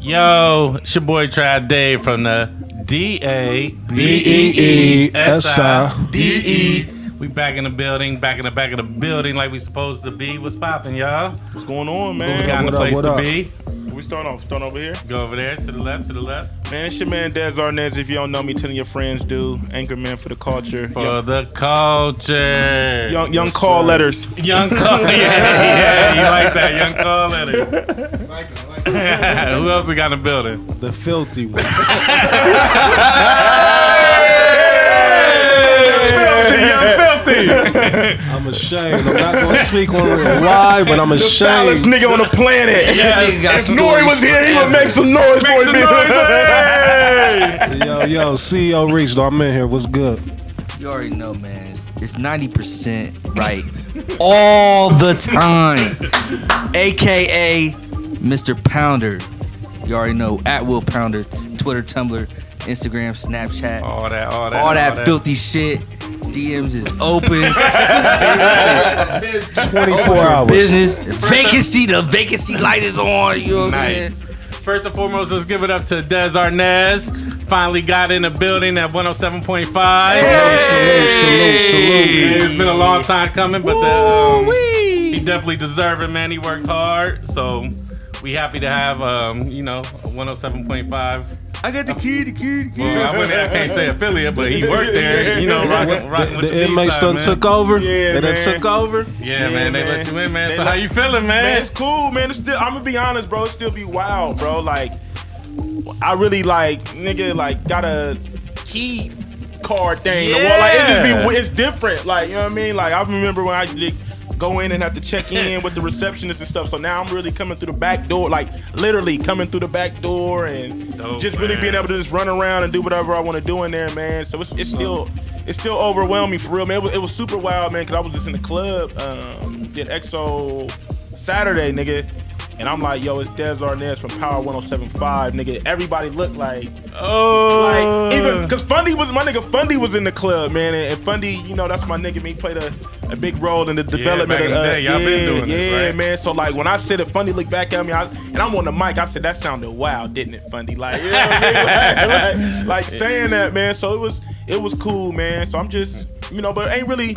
Yo, it's your boy Trad Dave from the D A B E E S I D E. We back in the building, back in the back of the building, like we supposed to be. What's popping, y'all? What's going on, We got man? in what the up, place what to up? be. We starting off, starting over here. Go over there to the left, to the left Man, it's your man Dez Arnaz. If you don't know me, tell your friends do. Anchor man for the culture. for Young, the culture. young, young call letters. Young call, yeah, yeah, you like that, young call letters. Who else we got in the building? the filthy one. I'm ashamed. I'm not gonna speak on it. Why? But I'm Ballast ashamed. nigga on the planet. Yes. If Nori was here, he would make some noise for his some business. Yo, yo, CEO Reach, though I'm in here. What's good? You already know, man. It's- It's ninety percent right all the time, aka Mr. Pounder. You already know at Will Pounder, Twitter, Tumblr, Instagram, Snapchat, all, All that, all that, that, filthy shit. DMs is open. 24 hours. Business vacancy. The vacancy light is on. You know what I'm saying? Nice. First and foremost, let's give it up to Des Arnaz. Finally got in the building at 107.5. Salute, salute, salute. It's been a long time coming, but the, um, he definitely deserved it, man. He worked hard, so we happy to have, um, you know, 107.5. I got the key, the key, the key. Well, I, wouldn't, I can't say affiliate, but he worked there, you know, rocking, rocking with the, The inmates B-side, done man. took over. Yeah, they done man. took over. Yeah, Yeah, man, they man. let you in, man. They so let- how you feeling, Man, man? it's cool, man. It's still, I'm gonna be honest, bro. It still be wild, bro. Like, I really like, nigga, like, got a key card thing. Well, like, it just be, it's different. Like, you know what I mean? Like, I remember when I used to go in and have to check in with the receptionist and stuff. So now I'm really coming through the back door, like, literally coming through the back door and Dope, just really man. being able to just run around and do whatever I want to do in there, man. So it's, it's still. It's still overwhelming for real, man. It was, it was super wild, man, because I was just in the club, um, did EXO Saturday, nigga. And I'm like, yo, it's Dez Arnaz from Power 107.5, nigga. Everybody looked like, oh, like, Uh. even, cause Fundy was, my nigga Fundy was in the club, man. And, and Fundy, you know, that's my nigga. man. He played a, a big role in the development back of in the uh, day, y'all yeah, been doing this, yeah, right? man. So, like, when I said it, Fundy looked back at me, I, and I'm on the mic, I said, that sounded wild, didn't it, Fundy? Like, you know what I mean? Like, like, like saying that, man. So it was, it was cool, man. So I'm just, you know, but it ain't really,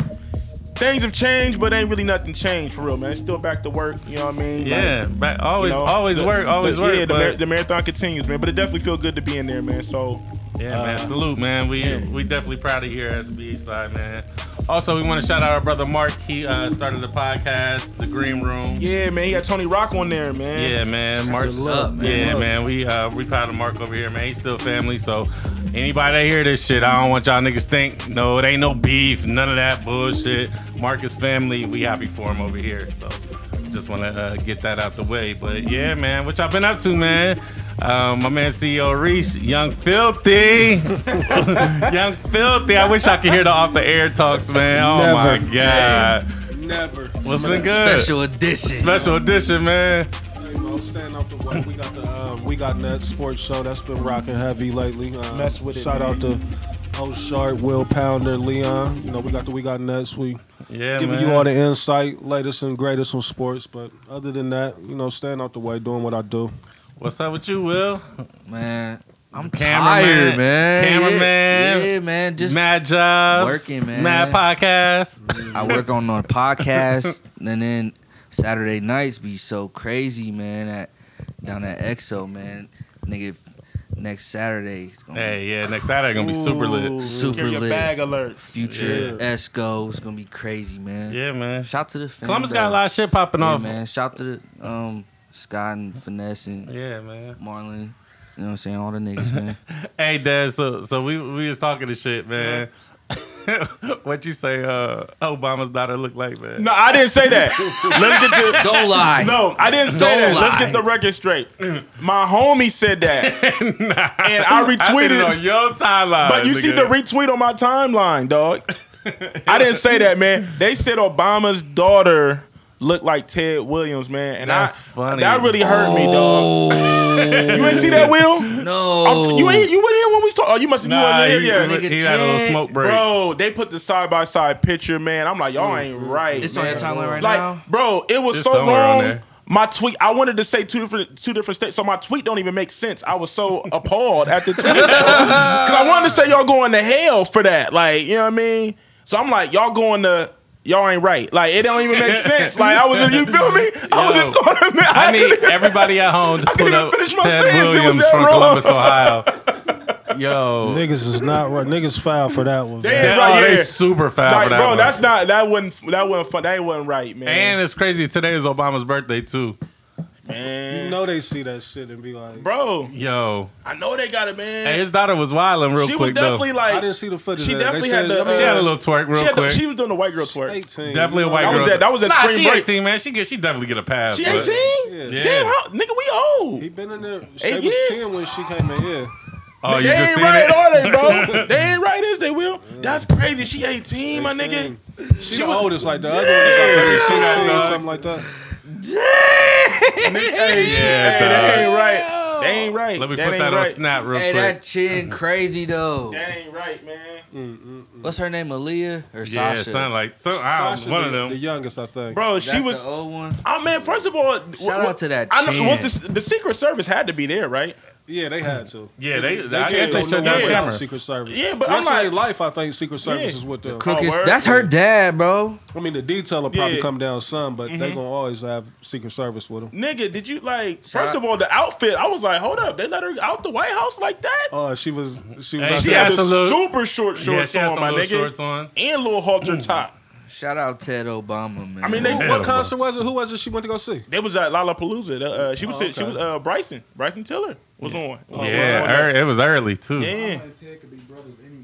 things have changed, but ain't really nothing changed for real, man. Still back to work, you know what I mean? yeah, right. Like, always, you know, always the- work, always the- work. Yeah, the, but- mar- the marathon continues, man. But it definitely feel good to be in there, man. So Yeah, man. Uh, Salute, man. We yeah. we definitely proud of you here at the BH side, man. Also, we want to shout out our brother Mark. He uh, started the podcast, The Green Room. Yeah, yeah, man, he had Tony Rock on there, man. man. Mark. What's up, man? Yeah, man. We uh, we proud of Mark over here, man. He's still family. So anybody that hear this shit, I don't want y'all niggas think no, it ain't no beef, none of that bullshit. Mark is family. We happy for him over here. So just want to uh, get that out the way. But yeah, man. What y'all been up to, man? Um, my man CEO Reese, Young Filthy. Young Filthy. I wish I could hear the off the air talks, man. Oh my Never. god. Never. What's been good? Special edition. Special edition, man. Staying off the work. We got the um, we got that sports show that's been rocking heavy lately. Um, Mess with it, Shout out to O Sharp, Will Pounder, Leon. You know we got the we got nuts. We Yeah, giving man. you all the insight, latest and greatest on sports. But other than that, you know, staying out the way, doing what I do. What's up with you, Will? man. I'm Cameraman. tired, man. Cameraman. Yeah, yeah, man. Just mad jobs, working, man. Mad Mm-hmm. podcast. I work on a podcast, and then Saturday nights be so crazy, man. At down at EXO, man, nigga. Next Saturday, it's gonna hey, yeah, next Saturday gonna be super Ooh, lit. Super carry your lit. bag alert. be Future Esco. It's gonna be crazy, man. Yeah, man. Shout to the fam, Columbus though. uh, got a lot of shit popping yeah, off. man. Shout to the um Scott and Finesse and Yeah, man. Marlon. You know what I'm saying? All the niggas, man. Hey, Dad. So, so we we was talking to shit, man. what you say? Uh, Obama's daughter look like, man. No, I didn't say that. Let's get the, Don't lie. No, I didn't say Don't that. Let's lie. get the record straight. My homie said that, and I I seen it retweeted. on your timeline. but you see the nigga. retweet on my timeline, dog. I didn't say that, man. They said Obama's daughter looked like Ted Williams, man, and That's I, funny. That really hurt me, dog. you ain't see that, Will? No. You ain't you went here when we talk. Oh, you must have you Nah, wasn't he, here yet. nigga he had a little Ted, smoke break. Bro, they put the side by side picture, man. I'm like, y'all ain't right. It's on man. your timeline right like, now. bro, it was It's so somewhere on wrong. there. my tweet. I wanted to say two different two different states, so my tweet don't even make sense. I was so appalled at the tweet because I wanted to say y'all going to hell for that. Like you know what I mean? So I'm like y'all going to. Y'all ain't right. Like it don't even make sense. Like I was, you feel me? I was Yo, just going to. I need everybody at home to put even up finish my Ted sentence. It was Williams that from wrong. Columbus, Ohio. Yo. Niggas is not right. Niggas foul for that one. Damn. That, right oh, they here. super foul Like, for that bro, one. that's not that wasn't that wasn't fun. That wasn't right, man. and it's crazy. Today is Obama's birthday too. man. You know they see that shit and be like, bro, Yo, I know they got it, man. hey, his daughter was wilding real she was quick though. definitely I like didn't see the footage. She of that. definitely they had said, the, I mean, she had a little twerk real she, had the- quick. she was doing the white girl twerk. 18. definitely a you white know, That girl. was that- that was at nah, spring she break. 18, man. She get. She definitely get a pass. She but- eighteen? Yeah. Yeah. Damn, how, nigga, we old. He been in there. She Eight was years. 10 when she came in here. Oh, you they just ain't seen right, it? are they, bro? they ain't right, is they will? That's crazy. She eighteen, my nigga. 18. She, the oldest like the other one. is like Yeah. 16 Yeah. or something like that. Hey, she- Yeah, hey, that dog. ain't right. They ain't right. Let me that put ain't that on right. snap real Hey, quick. that chin crazy though. That ain't right, man. Mm. What's her name? Aaliyah yeah, or Sasha? something like so. I Sasha don't, one the, of them. The youngest, I think. Bro, That's she was the old one. Oh man, first of all, shout out to that I know, chin. well, the, the Secret Service had to be there, right? Yeah, they had to. yeah, they. I did. guess they Don't shut down know without Yeah. cameras. Secret Service. Yeah, but Rest I'm of like- their life. I think Secret Service Yeah. is with them. Oh, Crooked- word? that's her dad, bro. I mean, the detail will probably Yeah. come down some, but they gonna always have Secret Service with them. Nigga, did you like? Shout- First of all, the outfit. I was like, hold up, they let her out the White House like that. Oh, she was she was Hey, out she she there. had has the a little- super short Yeah, shorts she has on, some my little nigga, Hmm. shorts on. and little halter top. Shout out Ted Obama, man. I mean, they Yeah. What concert was it? Who was it she went to go see? They was at Lollapalooza. The, uh, she was Oh, okay. she was uh, Bryson Bryson Tiller was on. Was Yeah, Oh, on ear- that. it was early too. yeah. and Ted could be brothers anyway.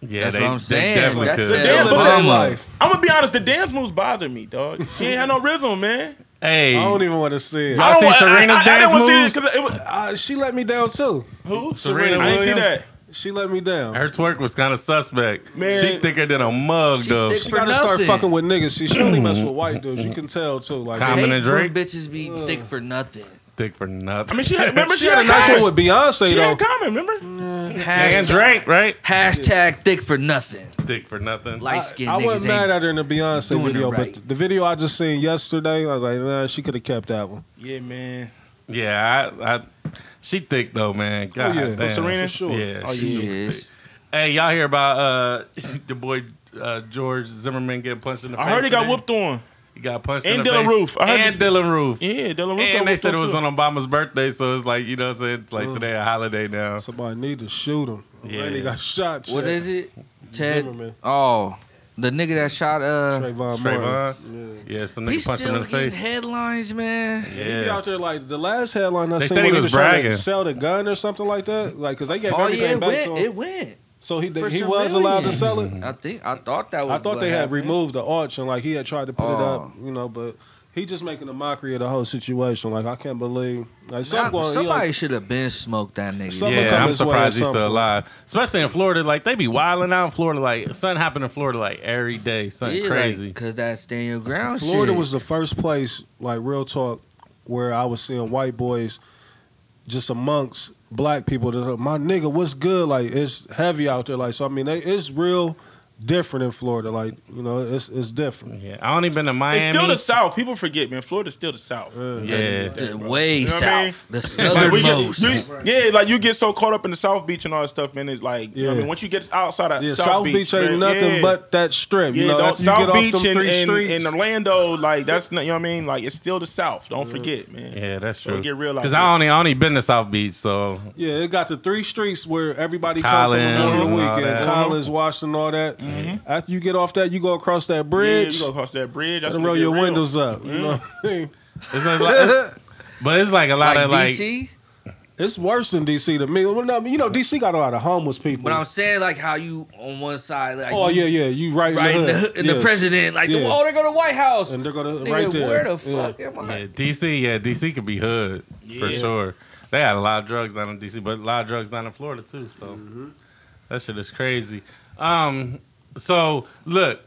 Yeah, That's they, what I'm they saying. definitely That's could. the- They Yeah, live but- their Obama. life. I'm gonna be honest. The dance moves bother me, dog. She ain't had no rhythm, man. Hey, I don't even want to see it. Y'all see Serena's dance wanna moves? See this 'cause it was, Uh, she let me down too. who? Serena I didn't see Williams? that. She let me down. her twerk was kind of suspect. Man. she thicker than a mug She though. thick She for gotta start nothing. fucking with niggas. She, she only mess with white dudes. You can tell too. Like Common Hate and Drake? when bitches be thick for nothing. thick for nothing. I mean, she had, remember she had a that's nice one. one with Beyonce She though. had common, remember? and Hashtag, Drake, right? hashtag thick for nothing. Thick for nothing. Light skinned I niggas wasn't mad ain't. at her in the Beyonce doing it video, right. but the video I just seen yesterday, I was like, nah, she could have kept that one. Yeah, man. Yeah, I, I, she thick though, man. God yeah. damn. Oh, Serena? Sure. Yeah, Oh, she She thick. is. Hey, y'all hear about uh the boy uh, George Zimmerman getting punched in the I face? heard he got today? whooped on. He got punched And in the Dylan face. Roof. I heard and Dylan Roof. Yeah, and Dylan Roof. got they whooped said it was too. on Obama's birthday, so it's like you know, what I'm saying like today a holiday now. Somebody need to shoot him. Yeah. Yeah. he got shot. What is it? Ted. Zimmerman. Oh, the nigga that shot uh. Trayvon Martin. Trayvon, yeah, some He's nigga punched him still in the getting face. headlines, man. He be Yeah, out there like the last headline I They seen said he when was trying bragging. to sell the gun or something like that. Like, cause they gave Oh yeah, everything it back went. to him. It went. so he for he some was allowed to millions. sell it. I think I thought that was. I thought what they had happened. removed the auction. Like he had tried to put it Oh. up, you know, but. He just making a mockery of the whole situation. Like I can't believe, like Not- some going, somebody should have been smoked that nigga. Some- I'ma yeah. come I'm his way at surprised he's some still point. alive, especially in Florida. Like they be wilding out in Florida. Like something happened in Florida like every day, something crazy. Because that stand your ground Florida Oh, shit. was the first place, like real talk, where I was seeing white boys just amongst black people. That are, my nigga, what's good? Like it's heavy out there. Like so, I mean, they, it's real different in Florida. Like you know, it's it's different. yeah, I only been to Miami. It's still the South. People forget, man. Florida's still the South. yeah, the way You know what I mean? south, the Like, we get- southernmost. you- yeah, like you get so caught up in the South Beach and all that stuff, man. It's like, you know what I Yeah. mean? Once you get outside of Yeah, South, Beach, ain't man, nothing yeah. but that strip. Yeah, you know, don't- after you South get off Beach them and, three and, streets. and Orlando, like that's not, you know what I mean? Like it's still the South. Don't forget, man. yeah, that's So true. it get real out Because there. I only I only been to South Beach, so yeah, it got the three streets where everybody Collins comes from during and the all weekend. that. Collins, Washington, all that. After you get off that, you go across that Mm-hmm. Yeah, bridge you go across that bridge. That's and when roll it get your real. Mm-hmm. windows up. You know what I mean? it's a lot- it's- but it's like a lot like of like DC, It's worse than DC to me. Well, no, you know, DC got a lot of homeless people. but I'm saying like how you on one side, like oh you yeah, yeah, you right, right in in the, the, hood. hood- and the Yes. president, like the, Yeah. oh they go to White House. and they're gonna Nigga, right there. Where the Yeah. fuck am I? Yeah, DC, yeah, DC could be hood for Yeah. sure. They had a lot of drugs down in DC, but a lot of drugs down in Florida too. So Mm-hmm. that shit is crazy. Um, so look,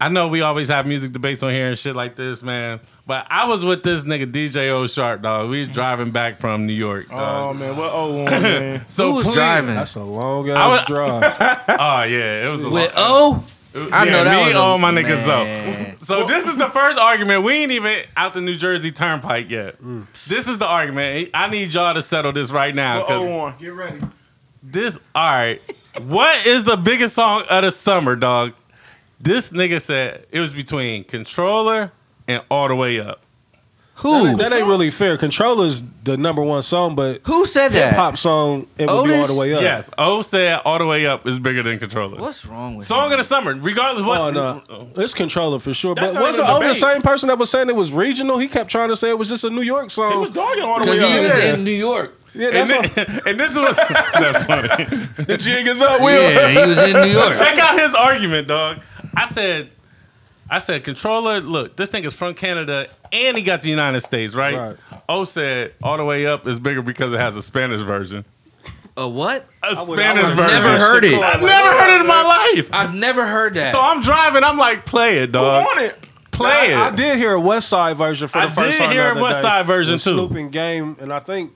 I know we always have music debates on here and shit like this, man. But I was with this nigga DJ O Sharp, dog. We was Mm. driving back from New York. Dog. Oh, man. What old one, man? so Who was please- driving That's a long I ass was- drive. Oh yeah, it was a with lot. O? I yeah, know that me was a- all my niggas man. up. So this is the first argument. We ain't even out the New Jersey Turnpike yet. Mm. This is the argument. I need y'all to settle this right now. Well, 'cause oh, one. Get ready. This all right. what is the biggest song of the summer, dog? This nigga said it was between controller and all the way up. Who? That ain't really fair. Controller's the number one song, but Who said hip that? hop song it would be all Otis? the way up. Yes, O said all the way up is bigger than controller. What's wrong with Song him? of the summer, regardless what. Oh no, it's controller for sure. That's but not was even a not the debate. same person that was saying it was regional? He kept trying to say it was just a New York song. He was dogging all the Because way he up. was Yeah. in New York. yeah, And, that's all. thi- and this was that's funny. The jig is up, Will. Yeah, he was in New York. Check out his argument, dog. I said, I said, controller, look, this thing is from Canada and he got the United States, right? Right. O said all the way up is bigger because it has a Spanish version. A what? A would- I Spanish would version. Uh, Never heard it. I've never heard it in my life. I've never heard that. So I'm driving. I'm like, play it, Who dog. on it? Play it. I did hear a West Side version for the I first did time. the hear a other West day. Side version, With too. Snoop and Game, and I think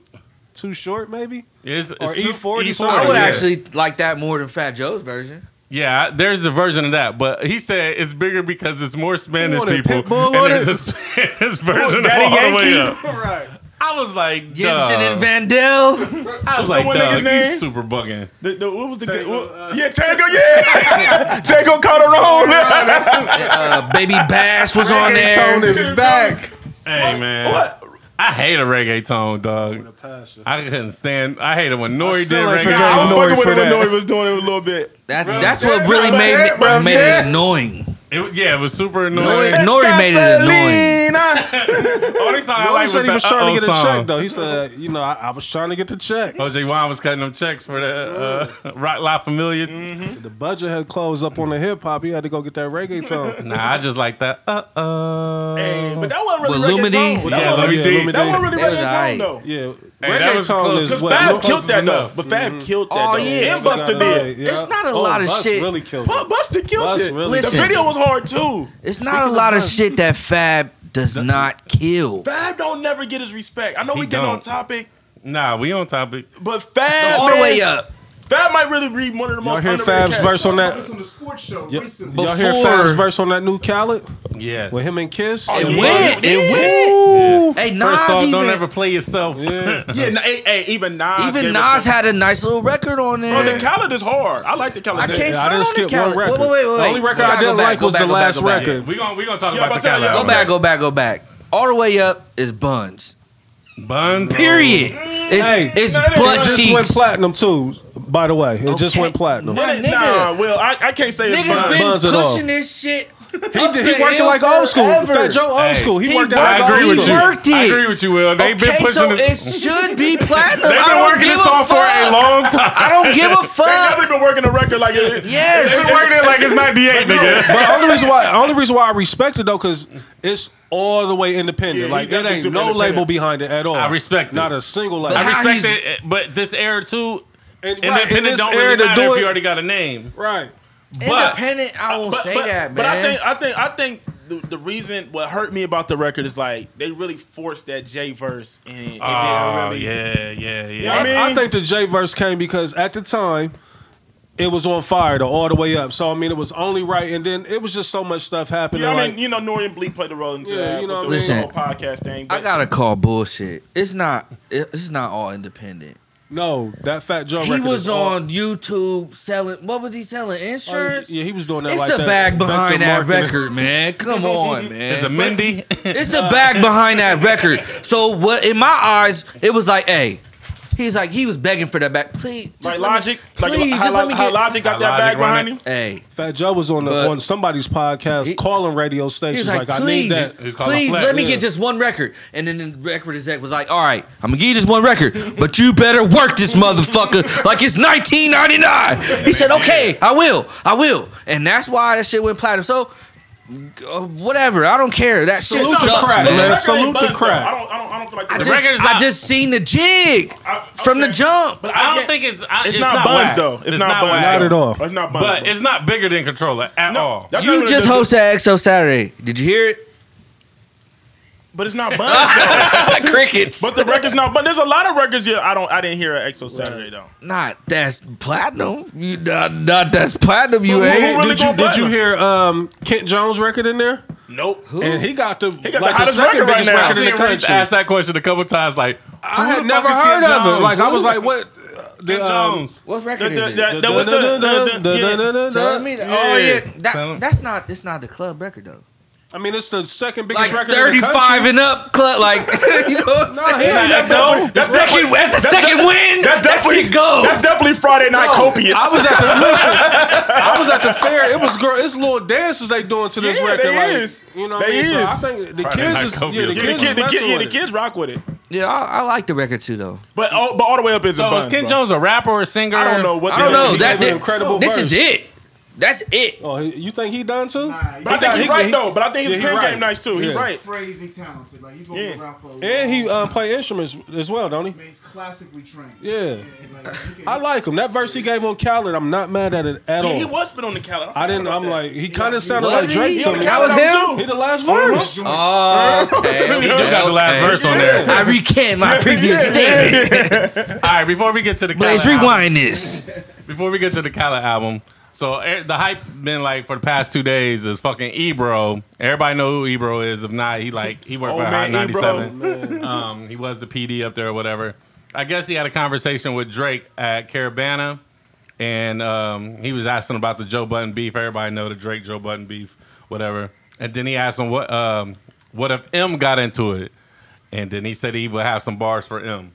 Too Short, maybe. It's, it's Or Snoop- E40 E40, something. I would yeah. actually like that more than Fat Joe's version. Yeah, I- there's a version of that, but he said it's bigger because it's more Spanish wanted people. Pitbull And on there's a it? Spanish version of Daddy all the way Yankee? up. Right. I was like, Jensen duh. and Vandell. I was What's like, the one nigga's dog, name? you super bugging. The, the, what was the Tango, what- uh, yeah, Tango, yeah, Tango Calderon. Uh, Baby Bash was on Tone there. is back. Hey, man. what? I hate a reggaeton, dog. I couldn't stand. I hated when Nori did still ain't reggaeton. forgot I was Nori fucking with for him when that. Nori was doing it a little bit. That, that's what yeah, really bro, made, yeah, it, bro, made yeah. it annoying. It- yeah, it was super annoying. Nori, Nori made it annoying. Gasolina. Only song I No, he liked said was he was the trying to uh-oh get a check song. though. He said, you know, I, I was trying to get the check. OJ Juan was cutting them checks for the uh, Rock La Familia. The budget had closed up on the hip hop. He had to go get that reggaeton. Nah, I just like that. Uh uh. Hey, Oh. but that wasn't really With reggaeton. Lumity? That Yeah, wasn't- Lumity. yeah, D. Lumity. That wasn't really That was reggaeton alright. though. Yeah, Hey, that was reggaeton close. is Because what Fab Lil- killed that enough. though. But Fab killed that Oh, though. yeah. And Buster Yeah, did. yeah. It's not a lot of Bust shit. Really killed. it. Bu- Buster killed Bust it. really The killed video was hard too. It's not a lot of shit that Fab does not kill. Fab don't never get his respect. I know He we getting on don't. topic, Nah, we on topic. but Fab All the man, way up. Fab might really be one of the Y'all most hear underrated Fab's cats. verse on Talked about that? This on the sports show Y- recently. Y'all hear Before- Fab's verse on that new Khaled Yes. with him and Kiss? It yeah. went. It Ooh. went. Hey, Nas First off, even, don't ever play yourself. Yeah. Yeah, no, hey, hey, even Nas. even gave us Nas some- had a nice little record on Oh, the there. Khaled is hard. I like the Khaled. I can't Yeah, I front didn't on the skip one Khaled. Wait, record. wait, wait, wait. The only record We I gotta go didn't back, like go was back, the go back, last go back. record. We gon' we gonna talk Yeah, about the but I said, Khaled. yeah, Go album. back, go back, go back. All the way up is Buns. Buns. Period. It's, Hey, it's no, no, no, butt It just went cheeks. platinum too. By the way, it just Okay. went platinum. My Nah, nigga. Nah, well, I, I can't say it's Niggas fine. been Buns at all. pushing this shit. He, did, he worked it like old school. Fat Joe old Hey, school. He, he worked it worked- like I old agree He with you. school. worked I it. agree with you, Will. They've been okay, pushing so this. it should be platinum. They've I been don't working give this a on for a fuck. long time. I don't give a They never fuck. been working the record like it. Yes. They've been working it like it's 98, nigga. But only reason why only reason why I respect it though, because it's all the way Yeah, independent. he like it definitely ain't super no independent. label behind it at all. I respect it. Not a single label. But I how respect he's- it, eh, but this era too, And- right, in independent this don't era really to matter do if it- you already got a name. Right. But Independent, I won't But- say but- that, man. But I think I think I think the, the reason what hurt me about the record is like they really forced that J verse and it didn't oh really. yeah, yeah, know what yeah. I mean? I think the J verse came because at the time it was on fire the all the way up. So I mean it was only right and then it was just so much stuff happening. Yeah, I like, mean, you know, Nori and Bleak played the role into Yeah, that. you know with what I the whole mean? podcast thing. I gotta call bullshit. It's not. it- It's not all independent. no, that Fat Joe He record was is all- on YouTube selling. What was he selling? Insurance. Oh, Yeah, he was doing that It's like a that. bag behind Vector that marketing. record, man. Come on, Is it man. Mindy? It's a bag behind that record. So what? In my eyes, it was like, hey, he's like he was begging for that back. Please, just like let me- Logic, like please, how, just let me how get. Logic got How that Logic back run behind it. him. Hey, Fat Joe was on the, But- on somebody's podcast He- calling radio he was stations like, like, I need please, that. He was calling please, flat, let me yeah. get just one record. And then the record exec was like, all right, I'm gonna give you this one record, but you better work this motherfucker like it's 1999. He said, okay, I will, I will, and that's why that shit went platinum. So. uh, whatever, I don't care. That shit Salute to sucks, crack, man. man. The record Salute ain't the buzzed, though. crack. I don't, I don't, I don't feel like I the just, record- record's I not- just seen the jig I- from the okay. jump. But I don't can't- think it's. I, it's, not, buns whack. though. It's, not, buns. whack. Not at all. It's not buns. But it's not bigger than controller at all. that's not You what it just is. hosted EXO Saturday. Did you hear it? But it's not buns. though. Crickets. but the record's not. But there's a lot of records. Yeah, I don't. I didn't hear an EXO Saturday though. not that's platinum. You not, not that's platinum. You Who- who ain't. really did you gonna did you play? hear um, Kent Jones record in there? Nope. And he got the he got the hottest record right now. I Record in seen Rich ask that question a couple times. Like, I who had the never fuck is heard Kent of it. Jones? Like I Who was the like, what? Uh, Kent Jones. What The- record the- is it? that- that was the- the- the- yeah. Tell me. I that- Oh Yeah. yeah, Tell 'em. that, that's not. It's not the club record though. mean, it's the second Like biggest record. in the country. thirty-five and up club. Like you know what I'm No, he saying? ain't never- That's definitely- that's Second- definitely- that's the that's second def- win. That's That definitely shit goes. That's definitely Friday night copious. I was at the listen. I was at the fair. It was girl. It's little dances they doing to this Yeah, record. they like, is. You know, what They I mean? So is. I think the Friday kids Night is Kobe yeah, the up there. yeah, the, kids, kid, the, is kid, yeah, the messing with kids rock with it. Yeah, I, I like the record too though. But all, but all the way up is so buns, is Kent bro. Jones a rapper or a singer? I don't know what. I the don't hell know. he That gave did, an incredible This verse. is it. That's it. Oh, he- you think he done too? But I got- think he's he- right he- though. But I think yeah, his he pen right. game nice too. He's Yeah. right. crazy talented. Like he's gonna Yeah. be around for a And he while. um, play instruments as well, don't he? Man, he's classically trained. Yeah. like, you can- I like him. That verse he gave on Khaled, I'm not mad at it at Yeah, all. he was spit on the calendar. I didn't. I'm like, he kind of sounded like Was Drake he? to on the me. That was calendar him? He the last Uh-huh. verse. Oh, okay. He got the last verse on there. I recant my previous statement. All right, before we get to the Blaze, Khaled album- rewind this. Before we get to the Khaled album, so er, the hype been like for the past two days is fucking Ebro. Everybody know who Ebro is. If not, he like he worked Oh, for Hot man, Ebro. 97. Um, he was the PD up there or whatever. I guess he had a conversation with Drake at Caravana, and um, he was asking about the Joe Button beef. Everybody know the Drake Joe Button beef, whatever. And then he asked him what um, what if M got into it, and then he said he would have some bars for M.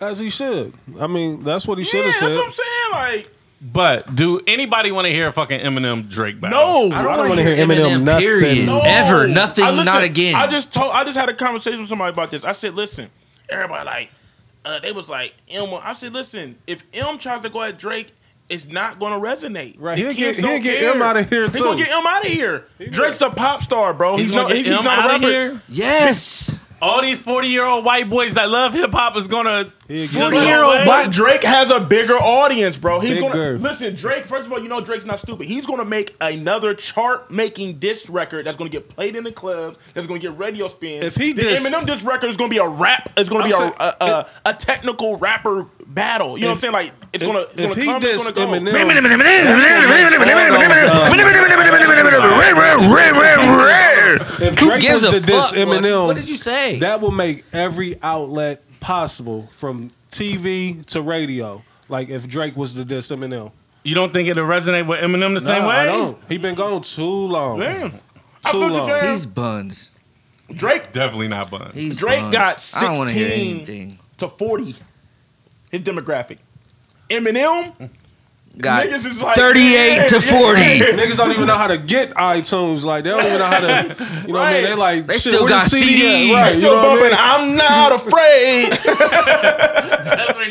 As he should. I mean, that's what he should Yeah, have that's said. what I'm saying. Like, But do anybody want to hear fucking Eminem Drake battle? no. don't wanna wanna hear Eminem nothing. period. No. Ever. No. Nothing. I listened- not again. I just told. I just had a conversation with somebody about this. I said, listen, everybody like, uh, they was like M. I said, listen, if M tries to go at Drake. It's not going to resonate. Right, The he'll kids get- he'll don't get care. M outta here, He gonna too. get M out of here. Drake's a pop star, bro. He's, He's, not. gonna He's get M not a out of rapper. here. yes. all these 40 year old white boys that love hip hop is gonna He'll get just it. go 40-year-old away. black Drake has a bigger audience, bro. He's Bigger. gonna listen. Drake, first of all, you know Drake's not stupid. He's gonna make another chart-making disc record that's gonna get played in the clubs. That's gonna get radio spin. If he the diss- Eminem disc record is gonna be a rap. It's gonna I'm be a, saying- a, a, a technical rapper battle. You know If- what I'm saying? Like it's If- gonna it's if gonna he come. It's dissed gonna go. Eminem- If Who Drake gives was a to diss fuck? Eminem, What did you say? That will make every outlet possible from TV to radio. Like if Drake was to diss Eminem, you don't think it'll resonate with Eminem the same Nah, way? I don't. He been gone too long. Damn. I Too feel you, long. Jay. He's buns. Drake Definitely not Bun. He's Drake buns. got I don't wanna hear 16. anything. to forty, his demographic. Eminem, Got Niggas is like, 38 to yeah, 40. yeah. Niggas don't even know how to get iTunes. Like they don't even know how to. You know what I mean? They like They shit, still where the got CD CDs. at? Right, you still know what I mean? bumping. I'm not afraid.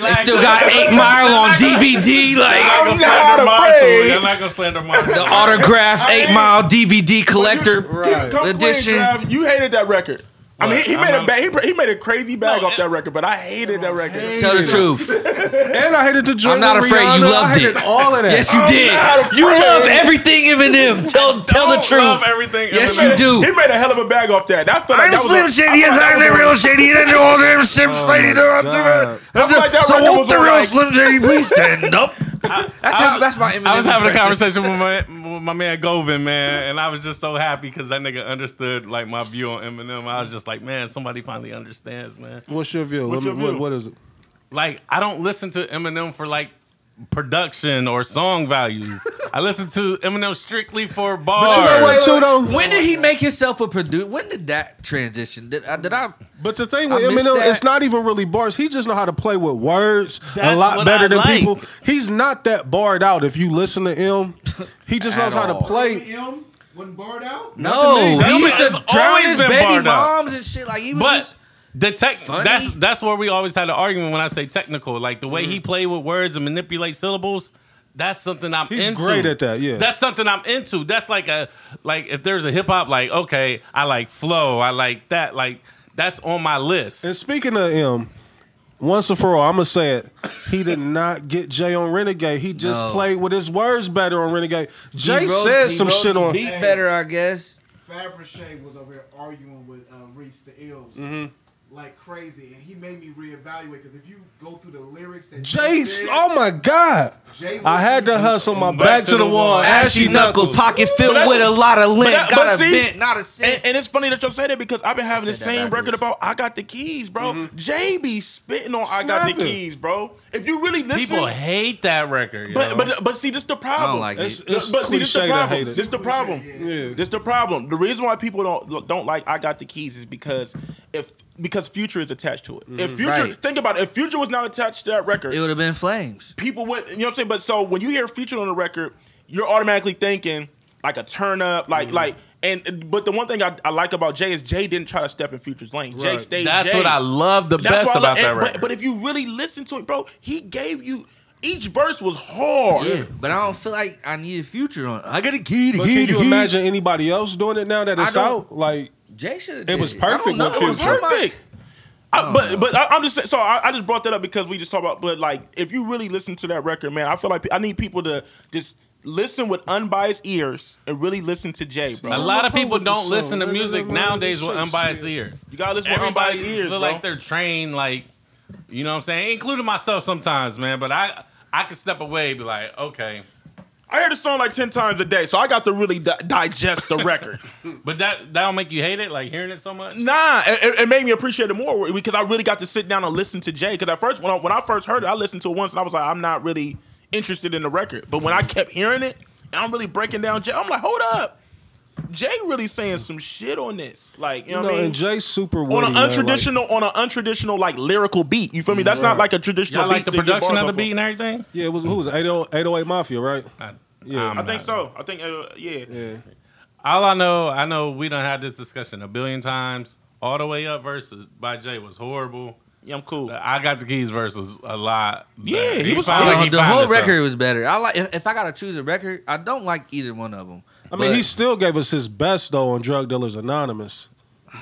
They still got 8 Mile on DVD. Like I'm not afraid. I'm not gonna slander Mom. the autograph 8 Mile DVD collector. Right. Come Edition. clean, Trav. You hated that record. I mean, he, he What? made I'm a not- ba- he, br- he made a crazy bag No, off that record, but I hated that record. Tell the truth. And I hated the Drake. I'm not with afraid you Rihanna. loved I hated it. All of that. Yes, you not did. afraid. You love everything Eminem. Tell tell the Don't love truth. everything Yes, Eminem. you do. He made a hell of a bag off that. I felt like that was a- I felt like that was a- Oh Shady, and then all them Slim Shady. God. like that record was on, like- Shady please stand up? That's I how. was- That's my. Eminem I was having a impression. conversation with my with my man Govin, man, and I was just so happy because that nigga understood like my view on Eminem. I was just like, man, somebody finally understands, man. What's your view? What's Let me- your what- view? what is it? Like, I don't listen to Eminem for like production or song values. I listen to Eminem strictly for bars. you know what? Too, though. When did he make himself a producer? When did that transition? Did I? Did I But the thing I with miss Eminem, that. it's not even really bars. He just know how to play with words a That's lot what better I than like. people. He's not that barred out. If you listen to him, he just At knows how all. to play. Him when barred out. no, That he used has to drown always his been baby barred up. moms and shit. Like he was. But just- the tech Funny. that's that's where we always had an argument when I say technical. Like the way he played with words and manipulate syllables, that's something I'm He's into. great at that. Yeah, That's something I'm into. That's like a like if there's a hip hop like, okay, I like flow, I like that, like that's on my list. And speaking of him, once and for all, I'm gonna say it. He did not get Jay on Renegade. He just No. played with his words better on Renegade. Jay he wrote- said he some wrote shit the on. beat better, I guess. Faberge was over here arguing with uh, Reese the Ills Mm-hmm. like crazy, and he made me reevaluate because if you go through the lyrics that Jay Jace, said, oh my God. Jay was- I had to hustle my back, to the wall. Ashy knuckles, pocket filled that- with a lot of lint. that- Got but a see- bent, not a And, cent. and it's funny that you say that because I've been having the said that same record backwards. Mm-hmm. about I got the keys, bro. Jay be spitting on I got the Snapping. keys, bro. If you really listen, People hate that record. yo. but uh, but but see, this the problem. like it. It's, But- it's but see, this the cliche to problem. hate This it. "Oh, the problem. Yeah. This the problem. The reason why people don't don't like I Got the Keys is because if because Future is attached to it. Mm, If Future, Right. think about it. If Future was not attached to that record, It would have been flames. people would. You know what I'm saying? But so when you hear Future on the record, you're automatically thinking like a turn up, like Mm-hmm. like. And but the one thing I, I like about Jay is Jay didn't try to step in Future's lane. Jay Right. stayed. that's Jay. what I love the That's best why I about love- that and- record. But, but if you really listen to it, bro, he gave you each verse was hard. Yeah, but I don't feel like I need a future on. it. I got a key to But key can to you key. imagine anybody else doing it now that I it's don't- out? Like, Jay should. It was perfect with It was Future. perfect. Oh, I, but but I, I'm just saying. So I, I just brought that up because we just talked about. But like, if you really listen to that record, man, I feel like I need people to just listen with unbiased ears and really listen to Jay, a bro. lot of What's wrong people with the don't song? listen to Look at music them, nowadays look with at them unbiased shit. ears. You gotta listen with Everybody unbiased ears, feel bro. like they're trained, like you know what I'm saying, including myself sometimes, man. But I I can step away, and be like, okay, I hear the song like ten times a day, so I got to really di- digest the record. but that that'll make you hate it, like hearing it so much. Nah, it, it- it made me appreciate it more because I really got to sit down and listen to Jay. Because at first, when I, when I first heard it, I listened to it once and I was like, I'm not really interested in the record. But when I kept hearing it and I'm really breaking down Jay, I'm like, hold up, Jay really saying some shit on this. Like, you know, you know, what I mean? and Jay's super on witty, an man, like- untraditional, on an untraditional like lyrical beat. You feel me? That's not like a traditional. Y'all like the beat that you production borrowed of the off beat and everything. yeah, it was who was it? oh, 80- 808 Mafia, right? I, Yeah. I'm I think not- so. I think uh, yeah. Yeah. All I know, I know we done had this discussion a billion times. All the way up versus by Jay was horrible. Yeah, I'm cool. I got the keys versus a lot. Yeah, better. he was finally- No, he the found whole himself. record was better. I like if, if I gotta choose a record, I don't like either one of them. I mean, he still gave us his best though on Drug Dealers Anonymous.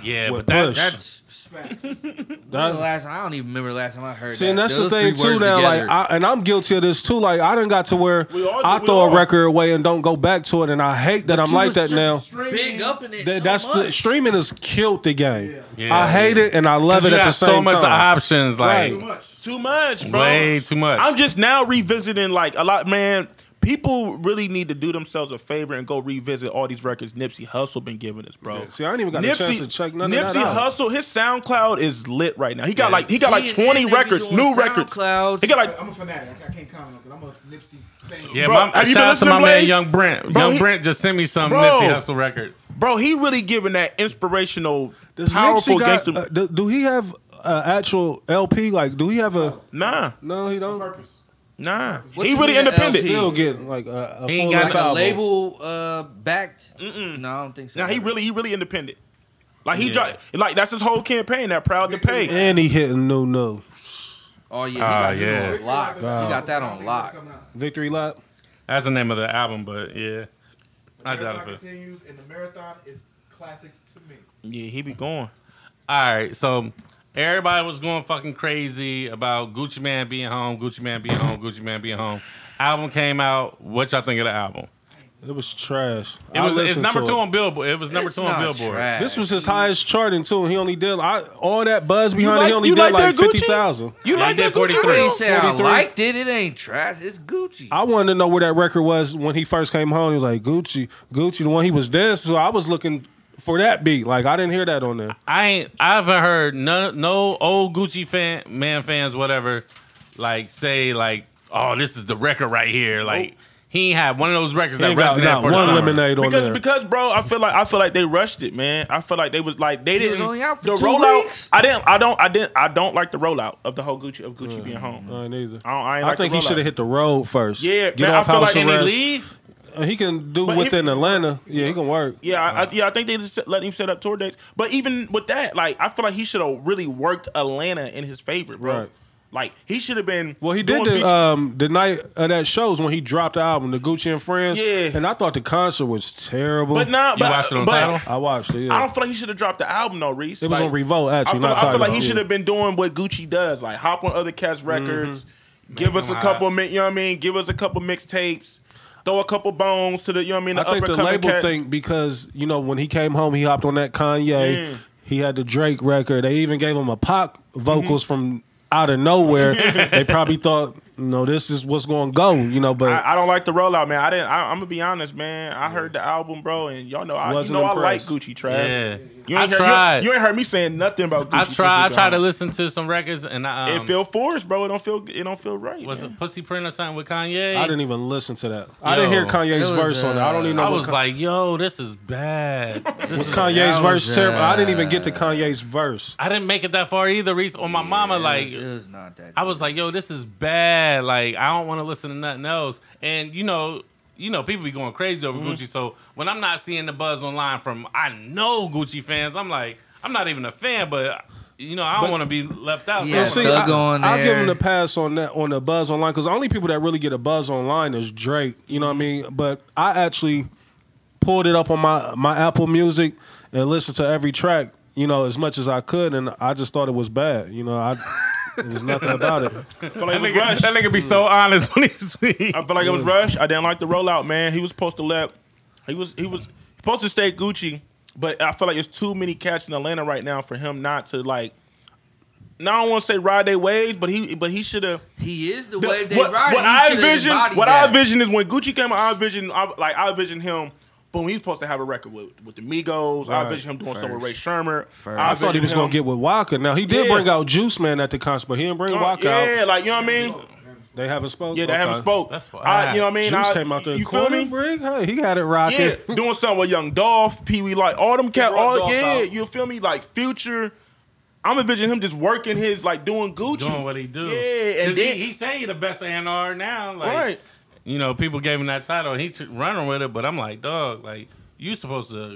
Yeah, with but that, Bush. that that's Facts. the That, last. I don't even remember the last time I heard. see, that. and that's Those the thing three words too. Now, together. like, I, and I'm guilty of this too. Like, I done got to where We all do- I we throw all. a record away and don't go back to it, and I hate that But I'm you like was that just now. Streaming- big up in it. That, so that's the much. streaming has killed the game. Yeah. Yeah. I hate it and I love it you at the got same so much time. options, like Too much. Too much, bro. Way too much. I'm just now revisiting like a lot, man. People really need to do themselves a favor and go revisit all these records Nipsey Hussle been giving us, bro. See, I ain't even got a chance to check none Nipsey of that out. Hussle, his SoundCloud is lit right now. He got Yeah. like he got like See, and 20 then they be records, doing new records. SoundClouds. He got like I'm a fanatic. I, I can't comment because I'm a Nipsey fan. yeah. Bro, my, have you shout been out to listening my to man Blaze? Young Brent. Bro, Young he- Brent just sent me some Bro. Nipsey Hustle records. bro, he really giving that inspirational, Does powerful Nipsey got, gangster. uh, do, do he have uh, actual LP? Like, do he have a? nah, No, he don't. Purpose. nah. What he you really mean, independent. LC? Still getting like a, a He ain't full got length like a album. label uh, backed. No, I don't think so. Nah, he really he really independent. Like he Yeah. dropped like that's his whole campaign. That proud to pay. and he hitting new new Oh yeah, he Ah, got yeah. that on lock. He got that on lock. victory lap. That's the name of the album, but yeah, I doubt it. continues, and the marathon is classics to me. Yeah, he be going. All right, so everybody was going fucking crazy about Gucci Man being home, Gucci Man being home, Gucci Man being home. Album came out. What y'all think of the album? It was trash. It I was it's listened number to two it. on Billboard. It was number It's two on not Billboard. trash. This was his highest charting too. and He only did I, all that buzz behind it. like- He only you did like like, that, Gucci? fifty thousand. You Yeah, like he that did Gucci? 43. He said I 43. liked it. It ain't trash. It's Gucci. I wanted to know where that record was when he first came home. He was like Gucci, Gucci, the one he was dancing. So I was looking for that beat. Like I didn't hear that on there. I ain't. I haven't heard no no old Gucci fan man fans whatever, like say like oh this is the record right here. Like he ain't had one of those records He that ain't got resonated not for one the summer. lemonade on because there. because bro, I feel like I feel like they rushed it, man. I feel like they was like they He didn't was only out for the two rollout. weeks? I didn't I don't I didn't I don't like the rollout of the whole Gucci of Gucci Mm. being home. I ain't either. I, don't, I, ain't I like the think he rollout. should have hit the road first. Yeah, get man, off I feel house like- Did and he arrest. leave? He can do But within if- Atlanta. Yeah, he can work. Yeah, I, Mm. I, yeah, I think they just let him set up tour dates. But even with that, like I feel like he should have really worked Atlanta in his favor, bro. Right. Like he should have been. Well, he doing did the feature- um, the night of that shows when he dropped the album, the Gucci and Friends. Yeah. and I thought the concert was terrible. but nah, You but, watched it on but title? I watched it. Yeah. I don't feel like he should have dropped the album though, Reese. it was Like, on Revolt I actually. feel, not I feel Tidal. like he Yeah. should have been doing what Gucci does, like Mm-hmm. hop on other cats' records, give us a them couple, hot. mi- you know what I mean? Give us a couple mixtapes. throw a couple bones to the you know what I mean the I up think and the coming label cats. thing because you know when he came home, he hopped on that Kanye. Mm. He had the Drake record. They even gave him a Pac vocals Mm-hmm. from out of nowhere. they probably thought, you know, this is what's going to go. You know, but I, I don't like the rollout, man. I didn't. I, I'm gonna be honest, man. I heard the album, bro, and y'all know I Wasn't you know impressed. I like Gucci Trav. Yeah. You I ain't heard- you- tried. You, ain't heard me saying nothing about Gucci. I since tried. I you tried to gone. listen to some records, and I, um, It feel forced, bro. It don't feel. It don't feel right. was man. it Pussy Print or something with Kanye. I didn't even listen to that. I didn't Yo, hear Kanye's it was, verse on it. I don't uh, even know I what was Ka- like, yo, this is bad. This was is- Kanye's that verse was, terrible. I didn't even uh, get to Kanye's verse. I didn't make it that far either. Reese on my mama, like it was not that. I was like, yo, this is bad. Like, I don't want to listen to nothing else. And you know, you know, people be going crazy over Mm-hmm. Gucci. So when I'm not seeing the buzz online from I know Gucci fans, I'm like, I'm not even a fan, but you know, I don't want to be left out. Yeah, So, see, Thug on I'll give there. him the pass on that on the buzz online because the only people that really get a buzz online is Drake. You know what I mean? But I actually pulled it up on my my Apple Music and listened to every track. You know, as much as I could, and I just thought it was bad. You know, I it was nothing about it. I feel like that, it was nigga, rushed. that nigga be so honest when he speak. I feel like it was rushed. I didn't like the rollout, man. He was supposed to let. He was. He was supposed to stay Gucci, but I feel like there's too many cats in Atlanta right now for him not to like. Now I don't want to say ride their waves, but he but he should have. he is the The- wave they what, ride. what He I should've envision, embodied what I that. envision is when Gucci came out, I envision, I, like I envision him. Boom, he's supposed to have a record with, with the Migos. I Right. envision him doing something with Ray First. Shermer. First. I thought he envision was gonna him- get with Waka. Now he did Yeah. bring out Juice Man at the concert, but he didn't bring Uh, Waka yeah, out. like you know what I mean. They haven't spoken. Yeah, they haven't spoke. That's fine. I, you know what I mean. Juice I, came out there. you feel me? Bring, hey, he had it rocking. Yeah, doing something with Young Dolph, Pee Wee, like all them cat, brought all Dolph yeah. out. You feel me? Like Future, I'm envisioning him just working his like doing Gucci, doing what he do. Yeah, and 'Cause then he, he say he the best A&R now. Like, Right. You know, people gave him that title. and He tr- running with it, but I'm like, dog, like you supposed to.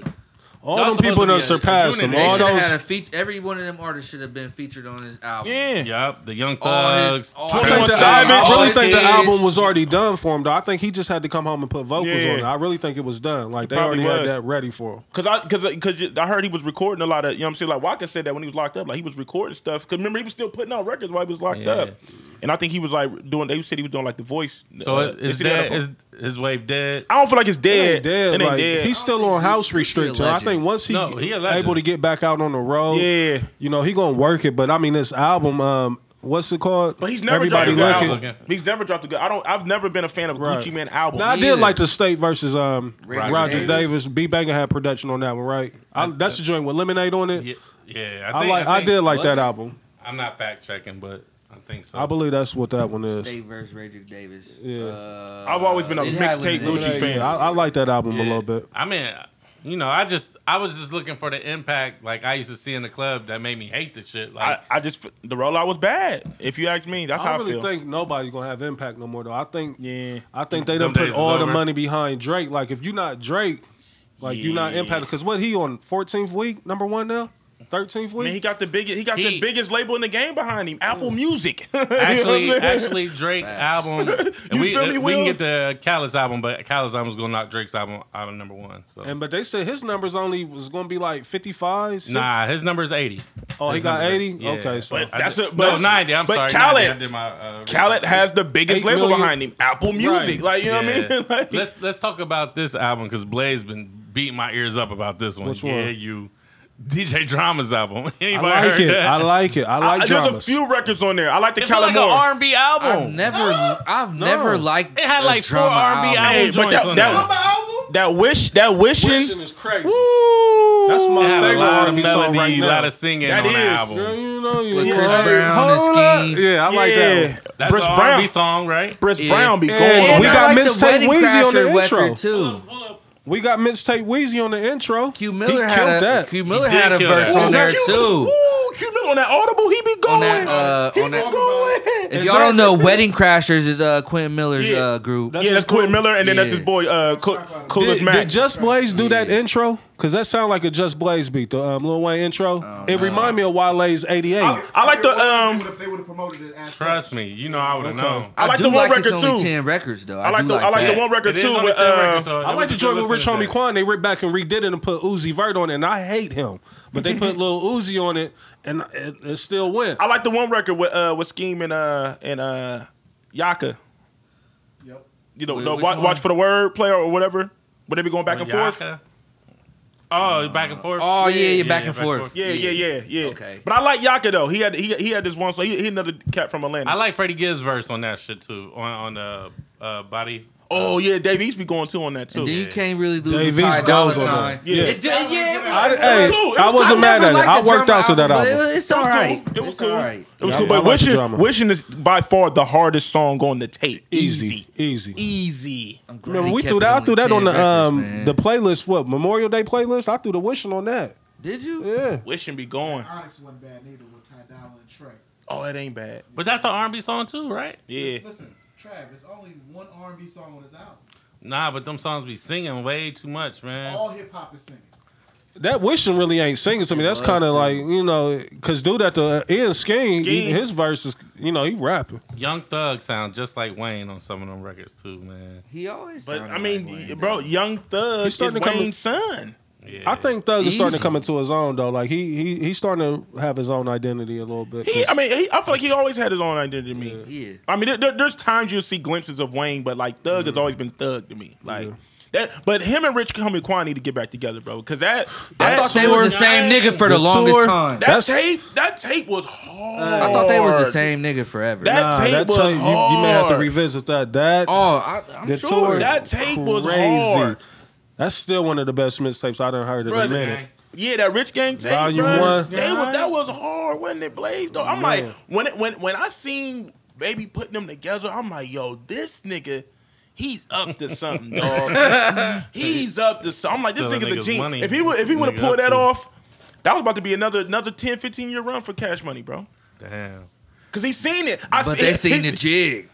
All Y'all them people supposed to done be a- a surpassed him. unit. They All should those have had a feature. Every one of them artists should have been featured on his album. yeah. Yup, the Young All his- Thugs. all I his- Twenty think One the, Savage. I really All think the his- album was already done for him, though. I think he just had to come home and put vocals Yeah. on it. I really think it was done. Like they probably already was. had that ready for him. Cause I, cause, cause I heard he was recording a lot of, you know what I'm saying? Like Waka said that when he was locked up, like he was recording stuff. Cause remember he was still putting out records while he was locked Yeah. up, and I think he was like doing. They said he was doing like the voice. So uh, it- they it's said that dead. Is his wave dead? I don't feel like it's It dead. ain't dead. It ain't like, dead. He's still on house restriction. I legend. think once he, No, he a legend. able to get back out on the road, Yeah. you know, he gonna work it. But I mean, this album, um, what's it called? but he's never everybody dropped a looking. good Looking. album. He's never dropped a good. I don't. I've never been a fan of Right. Gucci Man album. Now, I did Neither. like the State versus um, Roger, Roger Davis. Davis. B Banger had production on that one, right? I, that's the joint with Lemonade on it. Yeah, yeah. I, I think, like. I, I think, did like was that it? album. I'm not fact checking, but I think so. I believe that's what that one is. State versus Roger Davis. Yeah. Uh, I've always been a it had mixtape what it Gucci is. fan. Yeah, I, I like that album Yeah. a little bit. I mean, you know, I just I was just looking for the impact like I used to see in the club that made me hate the shit. Like I, I just the rollout was bad. If you ask me, that's I how don't I really feel. think nobody's gonna have impact no more though. I think yeah, I think they Them done put days is all the over. money behind Drake. Like if you're not Drake, like you're not Yeah. impacted. Cause what he on 14th week, number one now? 13th I week? mean, he got the biggest. He got He- the biggest label in the game behind him. Apple Mm. Music. You know what I'm actually, saying? actually Drake Facts. album. and You we, feel me, we Will? can get the Khaled's album, but Khaled's album is gonna knock Drake's album out of number one. So and but they said his numbers only was gonna be like 55. 60. nah, his number is eighty. Oh, he his got number- 80? yeah. Okay, so But that's a- no but- ninety. I'm but sorry, 90, Khaled- I did my, uh, Khaled has the biggest Eight label million- behind him, Apple Music. Right. Like you know what I Yeah. mean? Like, let's let's talk about this album because Blaze been beating my ears up about this one. Which one? yeah, you DJ Drama's album. I Anybody like heard it. that? I like it. I I- like there's a dramas. few records on there. I like the it felt Khaled like an Moore. R and B I've album. never, I've never liked. It had a like four drama R&B album. albums. Hey, but that, Joints that- on that wish, that wishing, Wishing is crazy. woo, That's It my had a favorite lot of R&B song melody, right a lot now. of singing That on is. the album. Girl, you know you With Chris like- Brown and Hold up. Scheme. Yeah, I like that Yeah. one. That's Briss an R&B Brown. song, right? Briss Yeah. Brown be Yeah. going. And on we that. got I mixtape the Wedding Wheezy on the Crasher intro. record, too. We got mixtape Wheezy on the intro. Q he Miller killed had a that. Q Miller did had a kill verse that. on there Q- too. Ooh, Q Miller on that Audible, he be going. On that, uh, he on be that- going. If Is y'all that- don't know, Wedding Crashers is uh Quentin Miller's Yeah. uh group. That's- yeah, that's Quentin Miller, and then that's Yeah. his boy, uh, Cool- Coolest did, Mac. did Just Blaze do that Yeah. intro? Because that sound like a Just Blaze beat, the um, Lil Wayne intro. it remind me of Wale's 88. I, I like the um, They would have promoted it as Trust me, you know I would have known. I like do the one like it's record only too. Ten records though. I, I like do the I like that. the one record It is too only with 10 records, uh, so I it like was the good joint with listening Rich to Homie that. Quan. They ripped back and redid it and put Uzi Vert on it, and I hate him. But they put Lil Uzi on it, and it, it still went. I like the one record with uh with Scheme and uh and uh Yaka. Yep. you know, Wait, no, which watch, one? watch for the word player or whatever. But they be going back and forth. Yaka. Oh, back and forth. Oh yeah, yeah, back and forth. Yeah, yeah, yeah, yeah. Okay. But I like Yaka though. He had he, he had this one. So he, he another cat from Atlanta. I like Freddie Gibbs' verse on that shit too. On on uh, uh body. oh yeah, Dave East be going too on that too. And then you Yeah. can't really do Dave the Ty East Dolla goes on Sign. that. Yeah. It did- yeah, it was- I, it was hey, cool. It I was- wasn't I mad never at it. liked I the worked drum out to that album, but album. it was- It's It was cool. alright. It was It's cool. alright. It was Yeah, cool. I But like the wishing, drama. wishing is by far the hardest song on the tape. Easy, Easy, easy. easy. I'm glad Remember, he we kept threw it that. I threw that 10 on the records, um man. the playlist. What Memorial Day playlist? I threw the wishing on that. Did you? Yeah. Wishing be going. Onyx wasn't bad neither with Ty Dolla and Trey. Oh, it ain't bad. But that's an R&B song too, right? Yeah. Listen, Trav, it's only one R&B song on his album. Nah, but them songs be singing way too much, man. All hip hop is singing. That wishing really ain't singing to me. That's kind of like you know, cause dude at the end, Sking, he- Skeem. his verse is you know he rapping. Young Thug sound just like Wayne on some of them records too, man. He always. But sounded I mean, like Wayne, bro, though. Young Thug He's is starting Wayne's to come- son. Yeah. I think Thug is starting Easy. to come into his own though. Like he he he's starting to have his own identity a little bit. He, uh, I mean, he, I feel like he always had his own identity to me. Yeah. I mean, there, there- there's times you'll see glimpses of Wayne, but like Thug has always been Thug to me. Like that. But him and Rich Kamikwan need to get back together, bro. Because that I that thought they tour- was the same nigga for the, The longest tour- time. That That's- tape, that tape was hard. I thought they was the same nigga forever. That- tape was you, you may have to hard. revisit that. That oh, I, I'm the sure. tour That tape was crazy. hard. That's still one of the best mixtapes I done heard in a Brother, minute. Yeah, that Rich Gang tape, Volume bruh. one. They was, that was hard, wasn't it, Blaze? Though I'm like, Yeah. when it, when when I seen Baby putting them together, I'm like, yo, this nigga, he's up to something, dog. he's up to something. I'm like, this Still a nigga's a nigga's genius. money. If he would if he would have Nigga pulled up that to. off, that was about to be another another 10, 15 year run for Cash Money, bro. Damn. Cause he seen it. I But see- they seen the his- jig.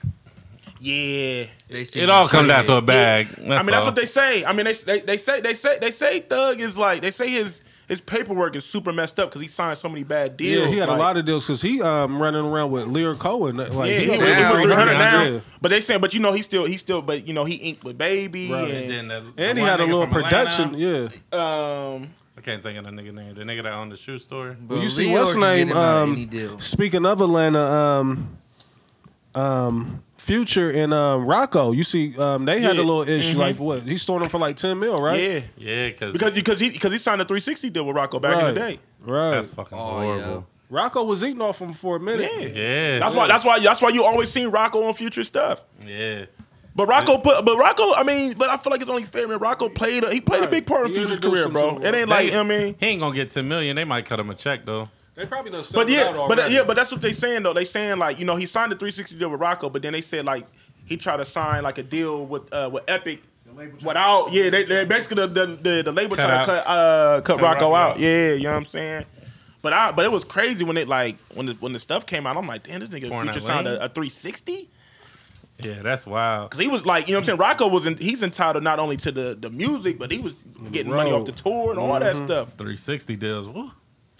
Yeah. They seen It all the comes down jig. to a bag. I mean, that's what they say. I mean, they, they they say they say they say Thug is like they say his his paperwork is super messed up because he signed so many bad deals. Yeah, he had like- a lot of deals because he um running around with Lear Cohen. Like, Yeah, he, got was, like he was 300 three hundred now. Yeah. But they saying, but you know, he still he still, but you know, he inked with Baby And, Right. and then the, And the he one had a nigga little from production. Atlanta. Yeah. um I can't think of the nigga name. The nigga that owned the shoe store. But you see Leo what's can get name? him out um, any deal. Speaking of Atlanta, um, um, Future and um, Rocco. You see, um, they had Yeah. a little issue. Like what? He sold them for like ten mil, right? yeah, Yeah, because because because he because he signed a three sixty deal with Rocco back in the Right. day. Right. that's fucking Oh, yeah. horrible. Rocco was eating off him for a minute. Yeah. Yeah. That's why that's why that's why you always seen Rocco on future stuff. Yeah. But Rocco put but Rocco, I mean, but I feel like it's only fair. Man, Rocco played a, he played Right. a big part in He Future's introduced career, him bro. to him. It ain't like They- I mean. He ain't gonna get ten million. They might cut him a check though. They probably done But yeah, but uh, yeah, but that's what they saying though. They saying like you know he signed a 360 deal with Rocco, but then they said like he tried to sign like a deal with uh, with Epic The label tried- without yeah they, they basically the the, the, the label Cut trying out. to cut uh cut, Cut Rocco, Rocco out. out. Yeah, you know what I'm saying. But I but it was crazy when it like when the when the stuff came out. I'm like damn this nigga Pouring future that signed lean. a, a 360 Yeah, that's wild. because he was like you know what I'm saying Rocco was in, he's entitled not only to the the music but he was getting money Bro. off the tour and all that stuff. Three sixty deals. Woo.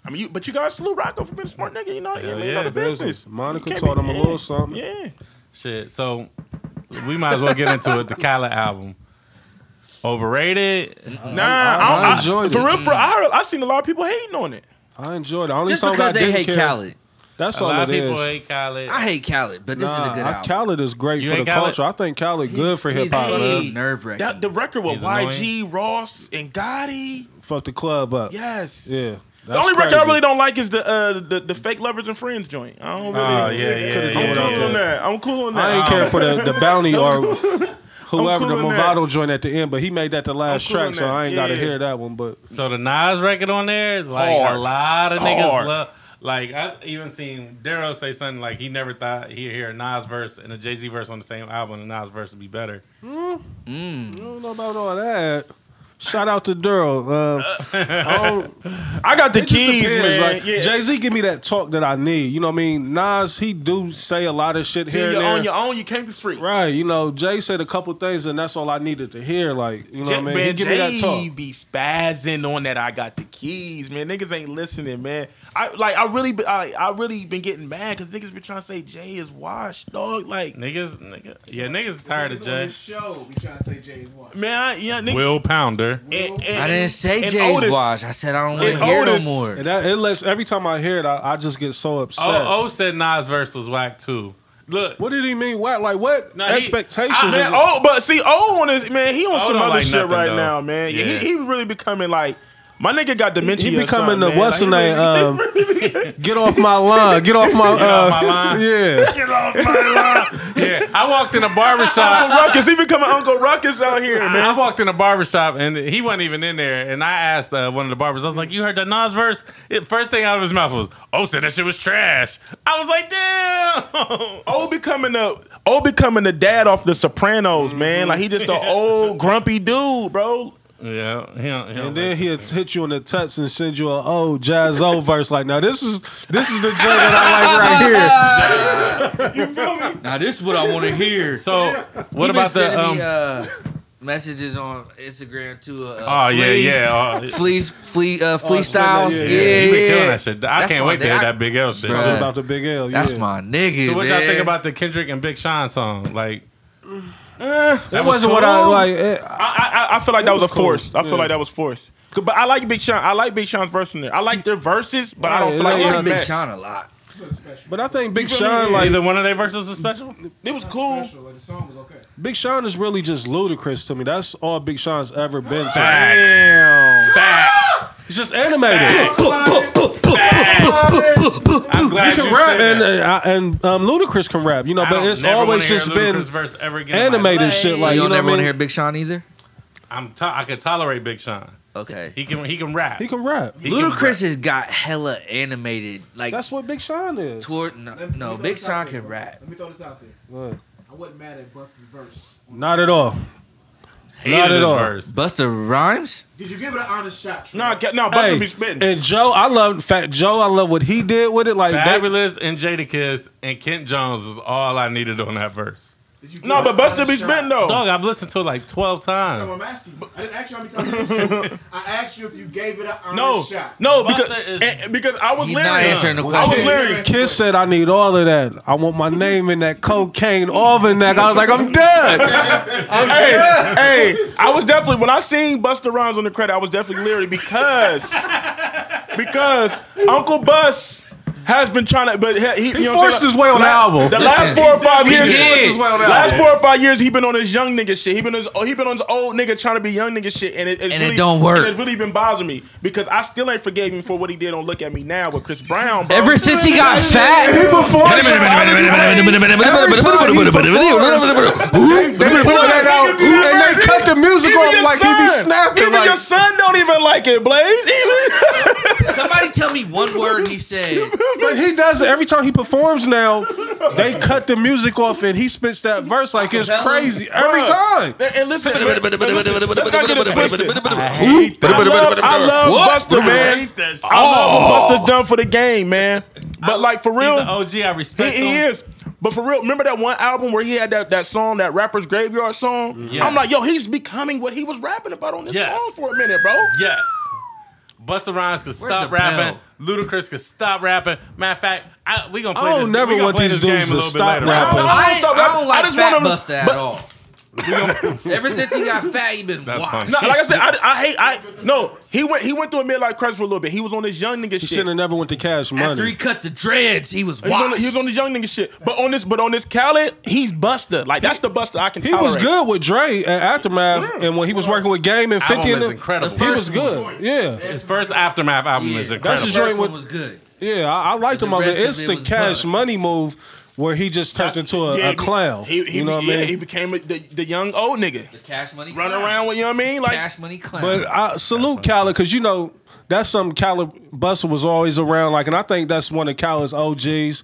I mean you but you gotta salute Rocco for being a smart nigga. You know Hell you know, you yeah, know the business. business. Monica You can't taught be- him a yeah, little something. Yeah. Shit. So we might as well get into it. The Kyla album. Overrated. Nah, I, I- I, I enjoyed for it. real. For I, heard, I seen a lot of people hating on it. I enjoyed it. Only Just song I because they didn't hate care- Khaled. That's a all lot of it people is. hate Khaled. I hate Khaled, but this is a Nah, good I- album. Khaled is great You for the ain't Khaled? culture. I think Khaled good for hip hop, he's- man. man. Nerve That wracking. the record with He's YG, Ross, and Gotti. Fuck the club up. Yes. Yeah. The only record I really don't like is the uh, the the fake lovers and friends joint. I don't really. Ah, Oh, yeah, yeah, Coulda yeah, did I'm yeah, without cool on yeah. that. I'm cool on that. I ain't care for the, the bounty or whoever the cool on that. Movado joint at the end, but he made that the last cool track, on so that. I ain't gotta Yeah. hear that one. But So the Nas record on there, like Hard. a lot of niggas Hard. love. Like I even seen Daryl say something like he never thought he'd hear a Nas verse and a Jay Z verse on the same album, and Nas verse would be better. I don't know about all that. Shout out to Daryl. Um, I don't- I got the It just keys, depends, man. Like, yeah. Jay Z give me that talk that I need. You know what I mean? Nas, he do say a lot of shit See, here you're and there. on your own. You can't be free. right. You know, Jay said a couple things, and that's all I needed to hear. Like, you know Jay- what I mean? he man, give Jay me that talk. be spazzing on that. I got the keys, man. Niggas ain't listening, man. I like. I really. be- I, I really been getting mad because niggas been trying to say Jay is washed, dog. Like, Niggas, nigga, yeah, niggas is tired of Niggas on Jay. this show, we trying to say Jay's one. man, I, yeah, niggas. Will Pounder. and- and- I didn't say and Jay's Otis. watch. I said I don't want And to hear no Otis. more. oh. And that, it lets every time I hear it, I, I just get so upset. Oh, O said Nas verse was whack too. Look, What did he mean? What like what Nah, he- expectations? I- is Man, oh, it- old, but see, old one is man. He on Old some don't other like shit nothing, right though. now, man. Yeah, Yeah. he, he really becoming like my nigga got dementia. he or becoming something, the man. what's the Like, he name? Um, get off my line. Get off my. Get off my uh, line. Yeah. Get off my line. Yeah, I walked in a barbershop. Uncle Ruckus. He becoming Uncle Ruckus out here, man. I walked in a barbershop and he wasn't even in there. And I asked uh, one of the barbers, I was like, You heard that Nas verse? It, first thing out of his mouth was, Oh, said that shit was trash. I was like, Damn. Old Oh, becoming a old becoming the dad off The Sopranos, man. Like he just an old grumpy dude, bro. yeah. He don't, he don't And then like- he'll hit you in the tuts and send you a oh jazz o verse like now this is this is the joke that Now this is what I want to hear. so, what He been about the. sending Um, me, uh, messages on Instagram too? Uh, oh, yeah, Flea- yeah. Oh, Fleece, flea, uh, flea it's been styles. that- yeah, Yeah, yeah. yeah. he been killing that shit. I That's can't my wait to hear nigga. that Big L shit. I Bruh. like right here too. Right. about the big L. That's yeah. my nigga. So, what y'all man. think about the Kendrick and Big Sean song? Like, That wasn't what I like. eh, It, I, I I feel like that was, was a cool. force. I feel Yeah. like that was forced. But I like Big Sean. I like Big Sean's verse in there. I like their verses, but I don't Right, feel it like ain't it, I was nothing like Big bad. Sean a lot? It was special. but I think Big You feel me? Sean like either one of their verses is special? It was It was cool. special. Like, the song was okay. Big Sean is really just ludicrous to me. That's all Big Sean's ever been to. Facts. Damn. Facts. He's just animated. I'm glad He can you rap said and that. uh, I- and um, Ludacris can rap, you know, I but don't it's never wanna always hear a just been Ludacris verse ever again in my animated life. shit. So Like you you don't know ever what I want to hear mean? Big Sean either? I'm to- I could tolerate Big Sean. Okay. He can he can rap. He can rap. He can Ludacris has got hella animated. Like That's what Big Sean is. toward no, Let me- no let me throw Big this Sean out there, can bro. rap. Let me throw this out there. What? I wasn't mad at Busta's verse. Not at all. Hated Not at his all. verse. Buster Rhymes? Did you give it an honest shot? Trey? Nah, ca- nah, Busta be Hey, spitting. and Joe, I love Fat Joe. I love what he did with it. Like that, Fabulous and Jadakiss and Kent Jones is all I needed on that verse. Did you give No, it but an Busta honest be shot? spitting though. Dog, I've listened to it like 12 That's what times. I'm asking. you. I didn't ask you how many times. you listened. I asked you if you gave it an honest No, shot. no, Busta because is- and- because I was He's not answering lyric. the I was question. lyric. Kiss said, "I need all of that. I want my name in that cocaine almanac." I was like, "I'm done." hey, hey, I was definitely when I seen Buster Rhymes on the credit, I was definitely leery because because Uncle Bus has been trying to, but he, he, you He know what I'm forced saying? his way on the album. The last four or five years, did. He forced his way on the last album. four or five years, he been on his young nigga shit. He been on his, he been on his old nigga trying to be young nigga shit, and it, it's And it really, don't work. and it's really been bothering me because I still ain't forgave him for what he did on Look at Me Now with Chris Brown. Bro. Ever since he got fat. they put that out, and they cut the music Even off your like he be son- snapping. Even your Like, son don't even like it, Blaze. Even- Somebody tell me one word he said. but he does it every time he performs. Now they cut the music off, and he spits that verse like it's crazy every time. And- And listen, I but- but listen, let's not get it twisted. hate I love, that. I love What? Buster, man. I love what Buster's done for the game, man. But like for He's real, an OG. I he, respect he him. is. But for real, remember that one album where he had that, that song, that rapper's graveyard song? I'm like, yo, he's becoming what he was rapping about on this Yes. song for a minute, bro. Yes. Busta Rhymes could Where's stop the rapping. bell? Ludacris could stop rapping. Matter of fact, I, we gonna play I don't this. never we gonna want play these this game a dudes to little bit stop later. rapping. I don't I, ain't- stop. I don't like I just Fat wanna- Buster at all. Ever since he got fat, he been That's washed. funny. No, like I said, I, I hate. I no. He went. He went through a midlife crisis for a little bit. He was on his young nigga He shit. should have never went to Cash After he Money. cut the dreads, he was He was, on the, washed. he was on the young nigga shit. But on this, but on this Khaled, he's Buster. Like that's the Buster I can. He was tolerate. good with Dre at Aftermath, and when he was working with Game and Album Fifty, and is them, incredible. he was good. Yeah. His first aftermath album Yeah. is That's incredible. just First joint one with- was good. Yeah, I, I liked The him on rest of the it instant was cash bugs. money move where he just turned That's- into a, yeah, a clown. He, he, you know what yeah, I mean? He became a, the, the young old nigga. The Cash Money Run Clown. around with you know what I mean? Like Cash Money Clown. but I salute Khaled because you know that's something Khaled Buster was always around. Like, and I think that's one of Khaled's OGs. Yeah.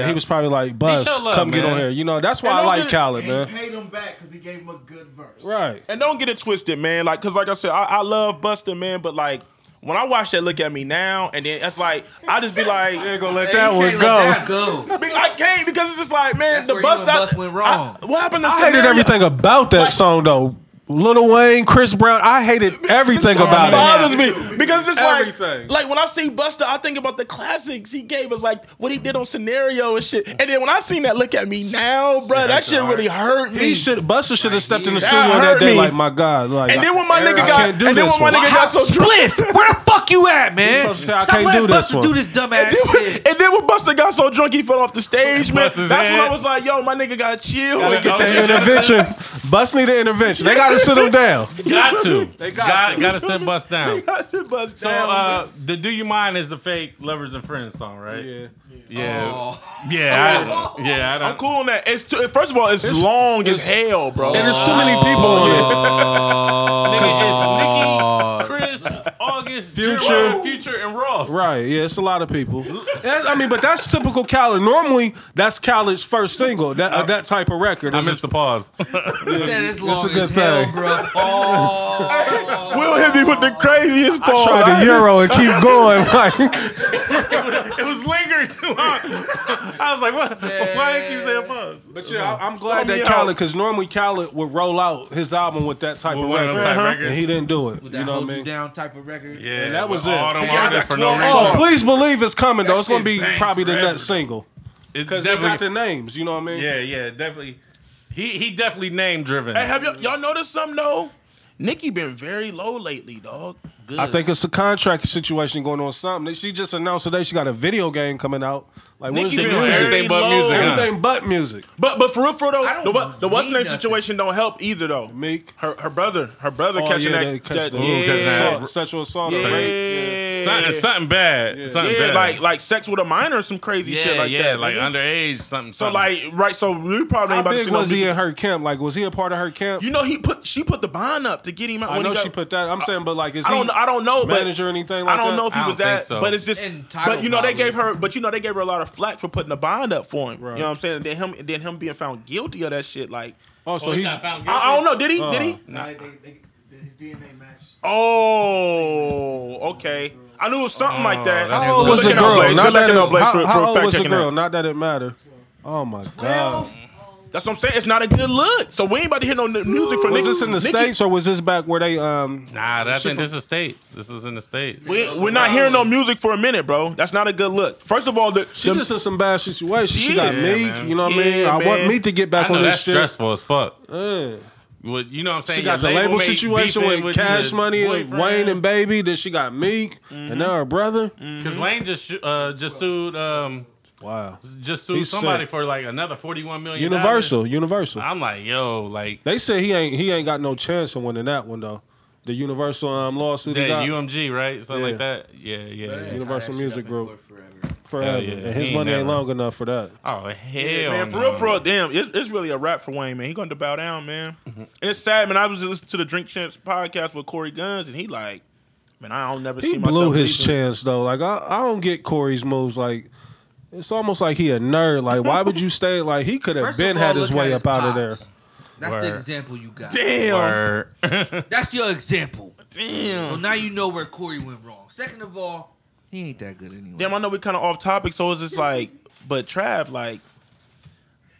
Yeah, he was probably like, "Bus, show love, come get man. on here." You know, that's why And I don't like get it- Khaled, He man. paid him back because he gave him a good verse. uh, Right. and don't get it twisted, man. Like cause like I said, I, I love Buster, man, but like when I watch that look at me now, and then that's like I just be like, let You can't let that go. Be- I can't because it's just like man, That's the where you bust and out- Bus went wrong. I- what happened to I hated Samaria? everything about that Like- song though. Lil Wayne, Chris Brown. I hated everything This about it. bothers me because it's Everything. like, like when I see Buster, I think about the classics he gave us, like what he did on Scenario and shit. And then when I seen that, look at me now, bro, that that's shit hard. really hurt me. He should Buster should have stepped in the That studio that hurt day. me. Like my God, like and then when my I nigga can't got, do and then this when my one. nigga got so drunk, Spliff, where the fuck you at, man? You're supposed to say, I Stop can't letting do this Buster one. do this dumbass And then, when, shit. and then when Buster got so drunk, he fell off the stage, man. Buster's That's when head. I was like, yo, my nigga got chill. Gotta go. Get the- the intervention. Bust need the intervention. They gotta sit him down. Got to. They got got to. got to sit bust down. I said, Bust So down, uh, the "Do You Mind" is the fake "Lovers and Friends" song, right? Yeah, yeah, Oh. yeah. I don't, yeah, I I'm don't. cool on that. It's too, first of all, it's, long as hell, bro. And there's too many Oh, people on it. Uh, Nigga, it's Nicki, Chris, August, Future. Jerome, Future, and Ross. Right, yeah, it's a lot of people. That- I mean, but that's typical Khaled. Normally, that's Khaled's first single, that uh, that type of record. I It's missed the pause. Said it's long a good as hell, thing. bro. Oh. Will hit me with the craziest just- part. tried the euro and keep going. Like, it was lingering too long. I was like, what? Why you keep saying pause? But yeah, I, I'm glad Throw me that out. Khaled, because normally Khaled would roll out his album with that type With of one of record, Uh-huh. them type and records. he didn't do it. With you that know what I hold you mean? down type of record. Yeah, And that was with it. All them got artists that for no claw. reason. Oh, please believe it's coming though. That It's gonna shit be bangs probably the forever. next single It's because they got definitely. the names. You know what I mean? Yeah, yeah, definitely. He he definitely name driven. Hey, have y'all, y'all noticed something though? Nikki been very low lately, dog. Good. I think it's a contract situation going on. Something she just announced today. She got a video game coming out. Like where's Nikki the been music? very Everything but low. music, huh? Everything but music. But but for real, for real, I though, don't the what the what's need name nothing. situation don't help either though. Meek. Her her brother, her brother Oh, catching yeah, they that, catch that, the- Ooh, catch yeah, that. Assault, sexual assault. yeah, rape, something, something bad. Something Yeah, bad. like like sex with a minor or some crazy yeah, shit like yeah, that. like nigga. underage something. so like right, so we probably How ain't about to big see was no he music. in her camp? Like, was he a part of her camp? You know he put she put the bond up to get him out. I when know he got, she put that. I'm saying, but like, is I he don't I don't know, but manager or anything like I don't that? know if he I was don't think that, so. but it's just. Entitled, but you know they probably. gave her, but you know they gave her a lot of flack for putting the bond up for him. Right. You know what I'm saying? And then him, and then him being found guilty of that shit. Like Oh, so he's I, I don't know. Did he? Did Uh. he? Now they, they, they, his DNA match. Oh, okay. I knew it was something Oh, like that. that's How old Good was the looking girl? Not that it, how, for, how for old was the fact-checking girl? that. Not that it mattered. Oh my god! That's what I'm saying. It's not a good look. So we ain't about to hear no n- music from Was Nicki. this in the Nicki- states or was this back where they um? nah, that thing. This is states. This is in the states. We, we're not hearing no music for a minute, bro. That's not a good look. First of all, the, She the- just in some bad situation. She, She got is. Meek. Yeah, man. you know what I mean? Yeah, I want man. Meek to get back I know on that's this shit. stressful as fuck. Yeah. Well, you know what I'm saying? She got the Your label mate situation beefing with, Cash your Money, and boyfriend. Mm-hmm. Wayne and Mm-hmm. Baby. Then she got Meek, and now her brother. Because Wayne just sh- uh, just sued um Wow. just sued He's somebody sick. for like another forty one million. Universal, Universal. I'm like, yo, like They said he ain't he ain't got no chance of winning that one though. The Universal um, lawsuit he that got UMG, right? Something Yeah. like that. Yeah, yeah. yeah. Universal Music Group. Hell forever, yeah, and his he money ain't never- long enough for that. Oh hell, Yeah, man, for no. real, for real, damn, it's, it's really a wrap for Wayne, man. He going to bow down, man. And it's sad, man. I was listening to the Drink Champs podcast with Corey Guns, and he like, man, I don't never He see blew myself. his leaving. chance though. Like I, I don't get Corey's moves. Like it's almost like he a nerd. Like why would you stay? Like he could have First been of all, had his look at way up out of there. pops. That's Word. the example you got. Damn, Word. That's your example. So damn, now you know where Corey went wrong. Second of all, he ain't that good anyway. damn. I know we kind of off topic, so it's just like, but Trav, like,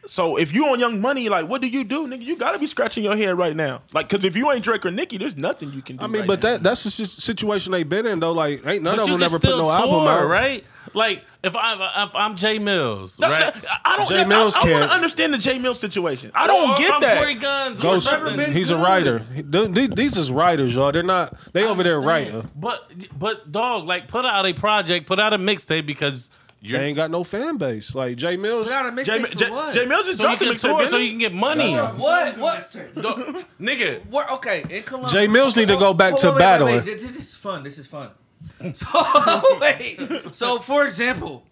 so if you on Young Money, like, what do you do, nigga? You gotta be scratching your head right now, like, cause if you ain't Drake or Nicki, there's nothing you can do. I mean, right but now. that that's the si- situation they been in though. Like ain't none But of you them can ever put still no tour, album out, right? Like if I if I'm Jay Mills, That- right? that- I don't. Jay that- I- Mills I, want can't. to understand the J Mills situation. I don't Or get from that. Corey Guns. Ghost, or something. he's a writer. He- th- th- These is writers, y'all. They're not. They over there Understand. writing. But but dog, like put out a project, put out a mixtape because They you're ain't got no fan base. Like Jay Mills, Put out a J, mixtape J, for what? J Mills is so you dropping can mixtape, tour, didn't so he? you can get money. Yeah, what? What? Dog, nigga, What? Okay, in Columbus. Jay Mills need to go back to battling. Wait, This, this is fun. This is fun. So wait. So for example,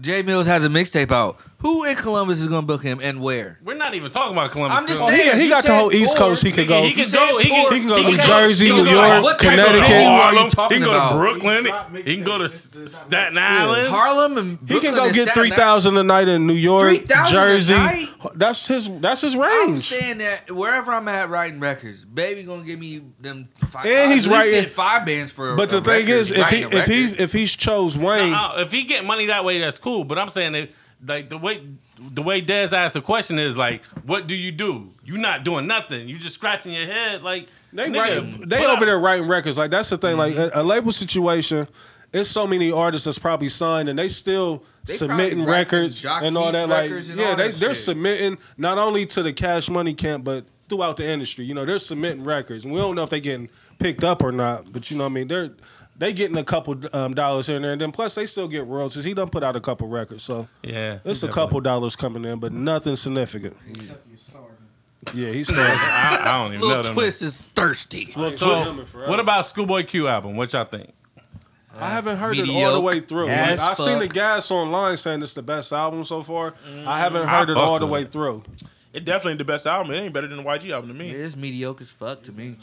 Jay Mills has a mixtape out. Who in Columbus is gonna book him and where? we're not even talking about Columbus. I'm just still. oh, he, saying- he you got the said whole East or- Coast. He could go. He can go. He Or- can, he can go to New Okay, Jersey, so New like, York, what type of Connecticut. venue are you Harlem. He talking can go to about? Brooklyn. Drop mixtape. He can go to This is not- Staten Island. Harlem and He Brooklyn can go and get Staten three thousand a night in New York, 3,000 a Jersey. night? That's his. That's his I'm range. saying that wherever I'm at writing records, baby gonna give me them five. And he's I at least writing- did five bands for. But the a thing record, is, if he writing a if he record. if he's chose Wayne, Nah, if he get money that way, that's cool. But I'm saying if like the way the way Dez asked the question is like, what do you do? You not doing nothing. You just scratching your head like They nigga, write, they put over out- there writing records. Like that's the thing. Like Mm-hmm. a, a label situation, it's so many artists that's probably signed and they still submitting probably racking records Jock and all Keith's that. Like records and yeah, all they that they're shit. submitting not only to the Cash Money camp, but throughout the industry. You know, they're submitting records. And we don't know if they getting picked up or not, but you know what I mean. They're they getting a couple um, dollars here and there, and then plus they still get royalties. He done put out a couple records, so Yeah, it's a definitely. couple dollars coming in, but nothing significant. Except you're starving. Yeah, he's still. I, I don't even know Little them. Twist is thirsty. So, what about Schoolboy Q album? What y'all think? I haven't heard it all the way mediocre through. as Like, I've seen fuck. the guys online saying it's the best album so far. I haven't heard Mm. I it all fucks the with way it. through. It definitely ain't the best album. It ain't better than the YG album to It me. is mediocre as fuck to me.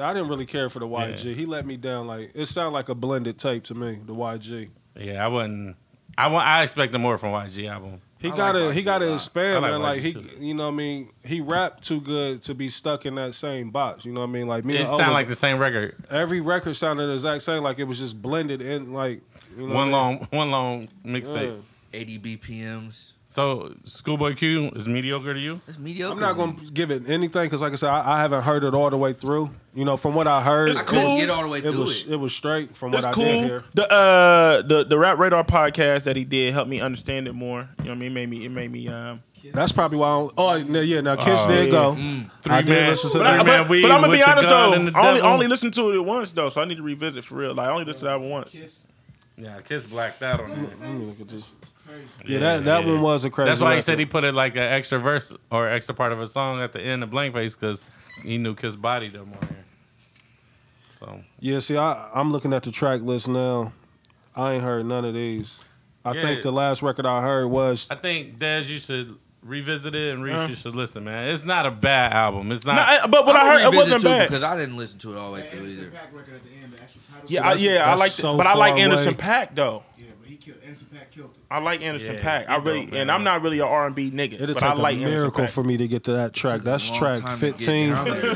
I didn't really care for the YG. He let me down. Like it sounded like a blended tape to me. The YG. Yeah, I wouldn't. I want. I expected more from YG album. He I got to like he YG got a to lot. expand, I like man. Like he, YG too. you know, what I mean, he rapped too good to be stuck in that same box. You know, what I mean, like me. It and sounded Otis, like the same record. every record sounded the exact same. Like it was just blended in. Like you know, One what long, one long I mean? mixtape. Yeah. 80 BPMs. So Schoolboy Q is mediocre to you? It's mediocre. I'm not to me. gonna give it anything because, like I said, I, I haven't heard it all the way through. You know, from what I heard, It's I couldn't cool. get all the way It through was it. it was straight from what That's I did cool. here. The uh the the Rap Radar podcast that he did helped me understand it more. You know what I mean? It made me it made me um. That's probably why. I don't, oh no, yeah, now Kiss Oh, did yeah. go. Three I did man, listen to three that. But, man weave I'm gonna with be the honest God though. and the I only devil. only listened to it once though, so I need to revisit for real. Like I only listened to that one once. Kiss Yeah, Kiss blacked out on it. Let me look at this. crazy. Yeah, that that yeah. one was a crazy. That's why he record. said he put it like an extra verse or extra part of a song at the end of blank face because he knew Kiss bodied him on here. So Yeah, see, I I'm looking at the track list now. I ain't heard none of these. I Yeah. think the last record I heard was I think Dez, you should revisit it and Reese, you should listen, man. It's not a bad album. It's not. No, I- but what I'm I gonna heard it revisit wasn't too bad. because I didn't listen to it all the way That through Anderson either. Pack record at the end, the actual title. Yeah, I, yeah, I that's like so but I like far Anderson away. Pack though. yeah, but he killed Anderson Pack killed it. I like Anderson Yeah, Pack. I he dope, really man. and I'm not really an R and B nigga, it is like but I like a Anderson miracle Paak. for me to get to that track. Took a That's long track time to get 15. down there.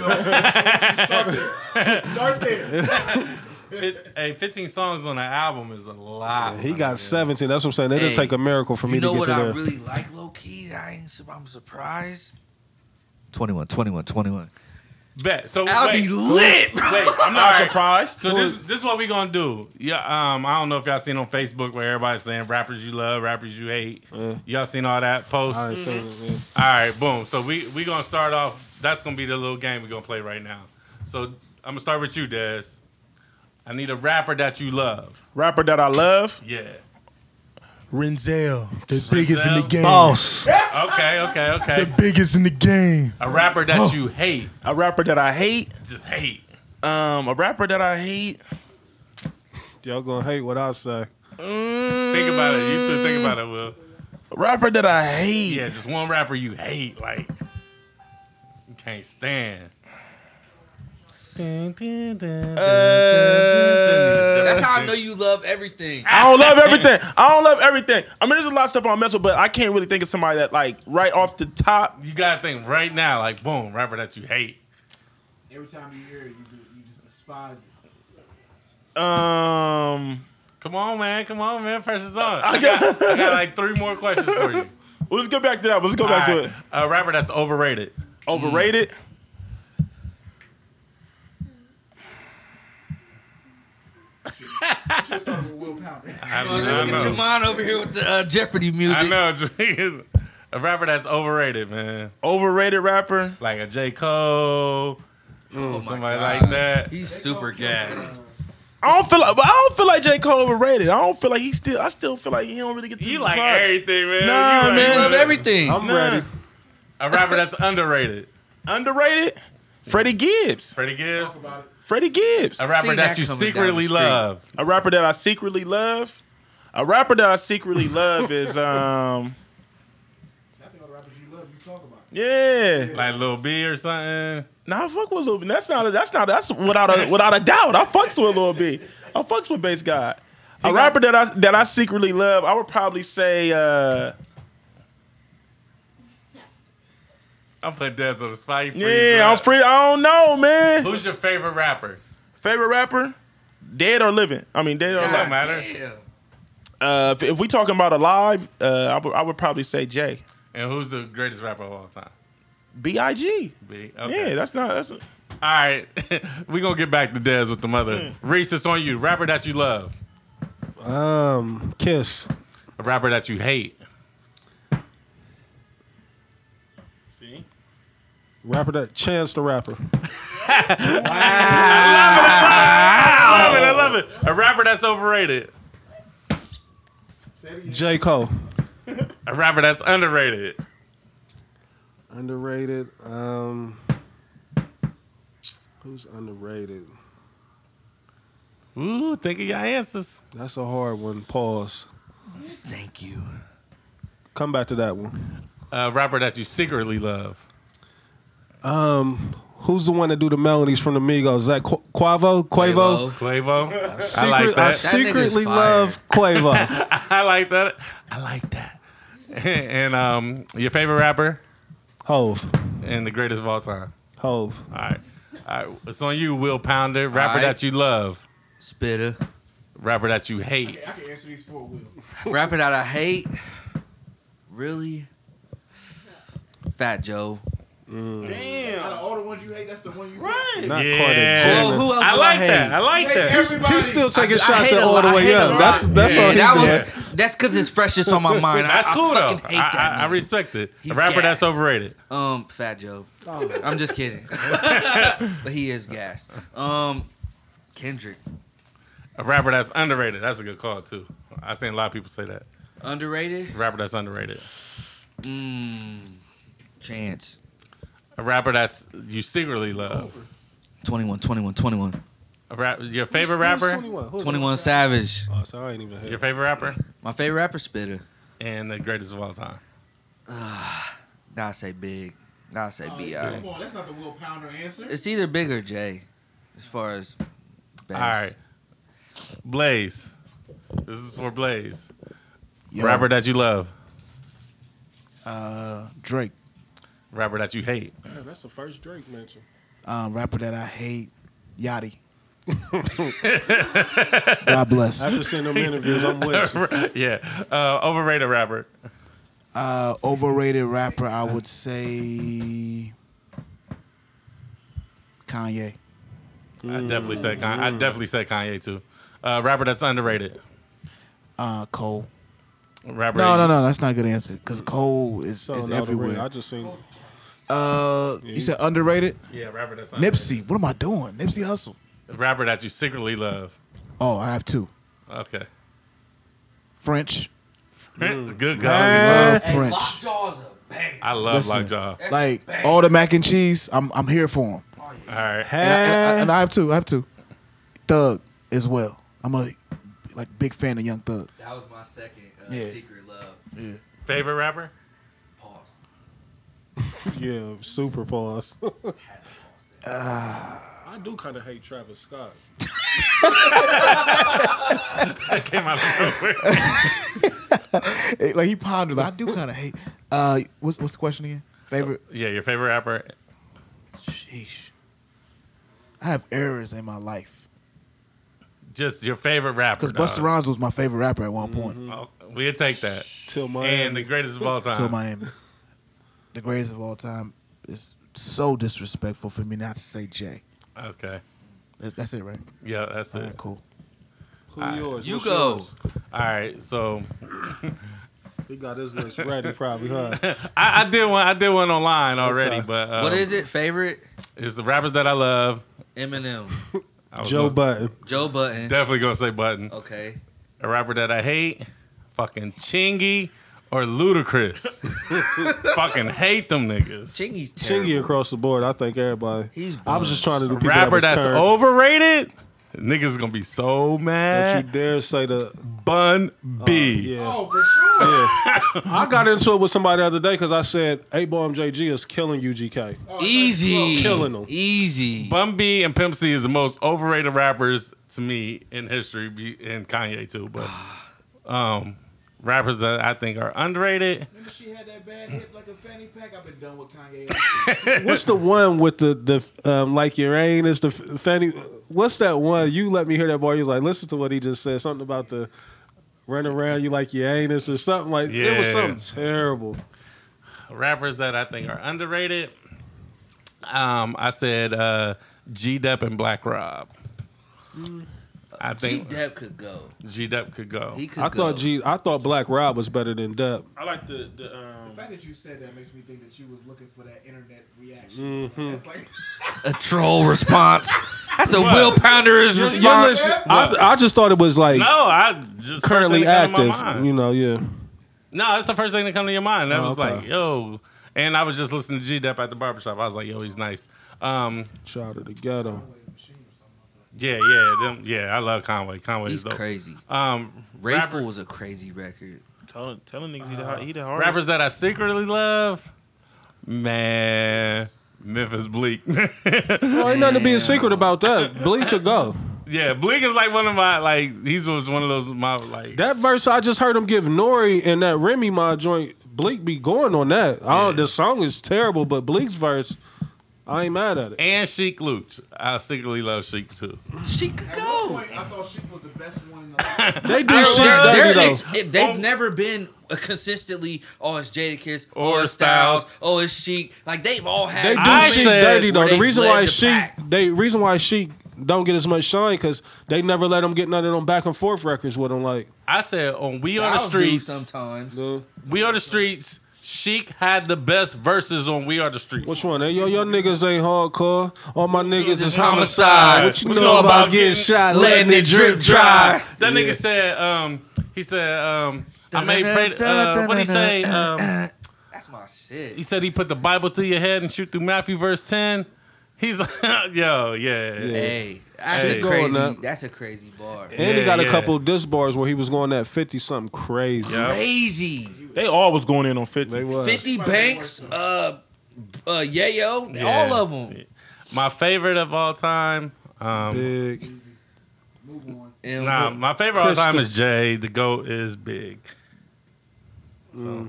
Start there. Start there. Fif- hey, 15 songs on an album is a lot. He my got nigga. 17. That's what I'm saying. It Hey, didn't take a miracle for me You know to get what to I there. really like, low key. I ain't. su- I'm surprised. 21, 21, 21. Bet. So I'll wait, be lit, bro. wait, I'm not All right. surprised. So this, this is what we gonna do. Yeah, um, I don't know if y'all seen on Facebook where everybody's saying rappers you love, rappers you hate. Y'all seen all that post? I ain't Mm. saying it, man. All right, boom. So we we gonna start off. That's gonna be the little game we're gonna play right now. So I'm gonna start with you, Des. I need a rapper that you love. rapper that I love. Yeah. Renzel, the biggest in the Renzel? game. Boss. Okay, okay, The okay. biggest in the game. A rapper that you hate, A rapper that I hate. just hate. Um, a rapper that I hate. Y'all gonna hate what I say. Think about it. You two think about it, Will. A rapper that I hate. Yeah, just one rapper you hate, like you can't stand. Uh, That's how I know you love everything. I don't love everything. I don't love everything. I mean, there's a lot of stuff on mental, but I can't really think of somebody that like right off the top. You gotta think right now, like boom, rapper that you hate. Every time you hear it, you, do- you just despise it. Um, Come on, man. Come on, man. Pressure's on. I got, I got like three more questions for you. well, let's get back to that. Let's go back All to right. it. A rapper that's overrated. Overrated. Just start with Will Pounder. I, Look look at know. Jamon over here with the uh, Jeopardy music. I know. a rapper that's overrated, man. Overrated rapper. Like a J. Cole, Oh my somebody God. like that. He's super gassed. I don't feel like, but I don't feel like J Cole overrated. I don't feel like he still. I still feel like he don't really get. the You like props. everything, man. Nah, You like- man. I love everything. I'm Nah. ready. A rapper that's underrated. Underrated. Freddie Gibbs. Freddie Gibbs. Talk about it. Freddie Gibbs. A A, rapper Seen that that you coming down secretly the street. love. rapper that I secretly love. A rapper that I secretly love is um. I think all the rappers you love, you talk about it. Yeah. Like Lil B or something. Nah, I fuck with Lil B. That's not. That's not. That's without a without a doubt. I fucks with Lil B. I fucks with Bass God. A rapper that I that I secretly love. I would probably say. uh I'm putting Dez on the spot. You freeze Yeah, I'm up. free. I don't know, man. Who's your favorite rapper? Favorite rapper? Dead or living? I mean, dead or God don't alive. matter. damn. Uh, if, if we talking about alive, uh, I would I would probably say Jay. And who's the greatest rapper of all time? Big. B. Yeah, that's not that's. All right. we gonna get back to Dez with the mother. Reese, it's on you. Rapper that you love. Um, Kiss. A rapper that you hate. See, Rapper that Chance the Rapper. I love it. I love it. A rapper that's overrated. Say it again. J. Cole. A rapper that's underrated. Underrated. Um, who's underrated? Ooh, think of your answers. That's a hard one. Pause. Thank you. Come back to that one. A rapper that you secretly love. Um, who's the one that do the melodies from the Migos? Is that Qu- Quavo? Quavo? Quavo. I Secret- like I that. nigga's secretly fire. love Quavo. I like that. I like that. and um, your favorite rapper Hove. and the greatest of all time. Hove. All right. All right. It's on you, Will Pounder. Rapper right. that you love. Spitter. Rapper that you hate. I can answer these four will. Rapping out I hate. Really? Fat Joe. Out of all the ones you hate, that's the one you right. Not Yeah. Carter Jenner. Well, who else I would like hate? that. I like Hate that. everybody. He's still taking I shots hate at a all lot. the I way hate a up. lot. That's that's Yeah, all he that did. was that's because it's freshest on my mind. That's I, cool I though. fucking I, hate that. I, I man. respect it. He's a rapper gas. that's overrated. um, Fat Joe. I'm just kidding, but he is gassed. Um, Kendrick, A rapper that's underrated. That's a good call too. I've seen a lot of people say that. underrated. A rapper that's underrated. Mm, chance. A rapper that's you secretly love. 21, 21, 21. A rap, your favorite rapper. 21 Savage. Oh, so I ain't even Your heard. favorite rapper My favorite rapper spitter. and the greatest of all time. Nah, I say big. Nah, I say Oh, B.I. come on, that's not the Will Pounder answer. It's either big or J, as far as. Best. All right, Blaze. This is for Blaze. Yo. Rapper that you love. Uh, Drake, Rapper that you hate. That's the first Drake mention. um, rapper that I hate, Yachty. God bless. After seeing them interviews, I'm with you. yeah. Uh, overrated rapper. Uh, overrated rapper, I would say Kanye. I Mm. definitely said Kanye. I definitely said Kanye too. Uh, rapper that's underrated. Uh, Cole. Rapper. No, no, no, that's not a good answer because Cole is, So is no, the ring, I everywhere. just seen. Uh, you said underrated. Yeah, rapper that's underrated. Nipsey, what am I doing? Nipsey Hustle. Rapper that you secretly love. Oh, I have two. Okay. French. Mm. Good God. Love Hey, French. Lockjaw's a bang. I love Listen. Lockjaw. That's Like a bang. all the mac and cheese, I'm I'm here for him. All right. And, I, and I- and I have two. I have two. Thug as well. I'm a like big fan of Young Thug. That was my second uh, Yeah. secret love. Favorite rapper? Pause. Yeah, super pause. I do kind of hate Travis Scott. That came out of nowhere. Eh, Like he pondered. Like, I do kind of hate. Uh, what's what's the question again? Favorite. yeah, your favorite rapper. Oh, Sheesh. I have errors in my life Just your favorite rapper. because Busta dog. Rhymes was my favorite rapper at one point Oh, we'll take that. Till my And the greatest of all time. till Miami. the greatest of all time is so disrespectful for me not to say Jay. okay. That's, that's it, right? Yeah, that's All it. right, cool. who yours? You What's go. yours? All right. So He got his list ready, probably. Huh? I, I did one. I did one online already, Okay. but um, what is it? Favorite? It's the rappers that I love. Eminem. I was Joe gonna- Button. Joe Button. definitely gonna say Button. Okay. A rapper that I hate, fucking Chingy or Ludacris. fucking hate them niggas. Chingy's terrible. Chingy across the board. I think everybody. He's I was just trying to do A people rapper that that's was current. overrated. Niggas gonna be so Don't you mad. dare say the Bun B. yeah. Oh, for sure. Yeah. I got into it with somebody the other day because I said A Bomb JG is killing UGK. Oh, Easy. Killing him. Easy. Bun B and Pimp C is the most overrated rappers to me in history, be- and Kanye too. But um, rappers that I think are underrated. Remember she had that bad hip like a fanny pack? I've been done with Kanye. What's the one with the the um, like your ain't is the f- fanny? What's that one? You let me hear that boy. You was like listen to what he just said. Something about the running around you like your anus or something like it was Yeah. something terrible. rappers that I think are underrated. Um, I said uh, G Dep and Black Rob. I G think Dep could go. G Dep could go. He could I go. thought G I thought Black Rob was better than Dub. I like the the um. The fact that you said that makes me think that you was looking for that internet reaction. Mm-hmm. Like, that's like a troll response. That's a Will Pounder's Yeah, response. listen, I, I just thought it was like no, I just currently first thing that come to my active. mind. You know, yeah. No, that's the first thing that come to your mind. That Oh, was okay. like, yo. And I was just listening to G Dep at the barbershop. I was like, yo, he's nice. Um, Shout out to the ghetto. yeah, yeah, them, yeah. I love Conway. Conway's He's dope. crazy. Um, rapper- Rayful was a crazy record. Telling telling niggas he the Uh, hard- he the hardest. rappers that I secretly love, man, Memphis Bleak. Well, ain't nothing to be Damn. a secret about that. Bleak could go. yeah, Bleak is like one of my like. He's was one of those my like. That verse I just heard him give Nori and that Remy Ma joint. Bleak be going on that. Oh, the song is terrible, but Bleak's verse, I ain't mad at it. and Sheik Luch. I secretly love Sheik too. She could at go. one point I thought she was the best one in the lineup. They I do don't shit know. dirty They're- though. it's- it- they've never been uh, consistently. Oh, it's Jadakiss. Or Or it's Styles. Styles. Oh, it's Chic. Like they've all had. They do I shit said- dirty though. where The they reason led why the she pack. they reason why she don't get as much shine because they never let them get none of them back and forth records with them. Like I said on We on the Styles do Streets. sometimes. uh, We on the Streets. Sheik had the best verses on We Are the Streets. which one? Hey, yo, your niggas ain't hardcore. All my niggas This is homicide. homicide. What you What know, about, getting shot? Letting it drip dry. That nigga said, um, he said, um, I made pray. Uh, what he say? Um, That's my he shit. said he put the Bible to your head and shoot through Matthew verse ten. He's like, yo, yeah. Yeah. Hey, that's Hey. a Going crazy. up. That's a crazy bar. And he Yeah, got a yeah. couple diss bars where he was going at fifty something crazy. Yeah. Crazy. They all was going in on fifty. They was. Fifty Banks. Uh, uh, Yayo. Yeah. All of them. My favorite of all time. Um, Big. Move on. And nah, the- my favorite of all time Crystal. is Jay. The goat is big. So,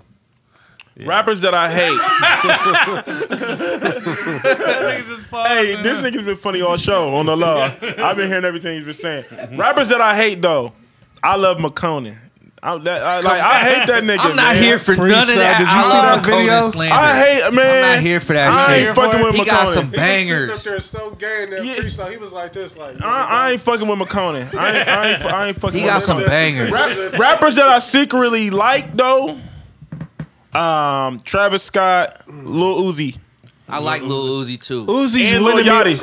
yeah. Rappers that I hate. hey, this nigga's been funny all show on the law. I've been hearing everything he's been saying. Rappers that I hate though, I love McConan. I, that, I, like, I hate that nigga. I'm not man. here for Freestyle. none of that. Did you I see love that video? Conan slander. I hate man. I'm not here for that I shit. ain't fucking with he got McConan. some bangers. so gay in that Yeah. freestyle. He was like this, like I, I ain't fucking with McConan. I ain't, I ain't, fu- I ain't fucking He with got him. some bangers. Rappers that I secretly like though, um, Travis Scott, Lil Uzi, I like Lil Uzi too. Uzi's and Lil winning me- Yachty,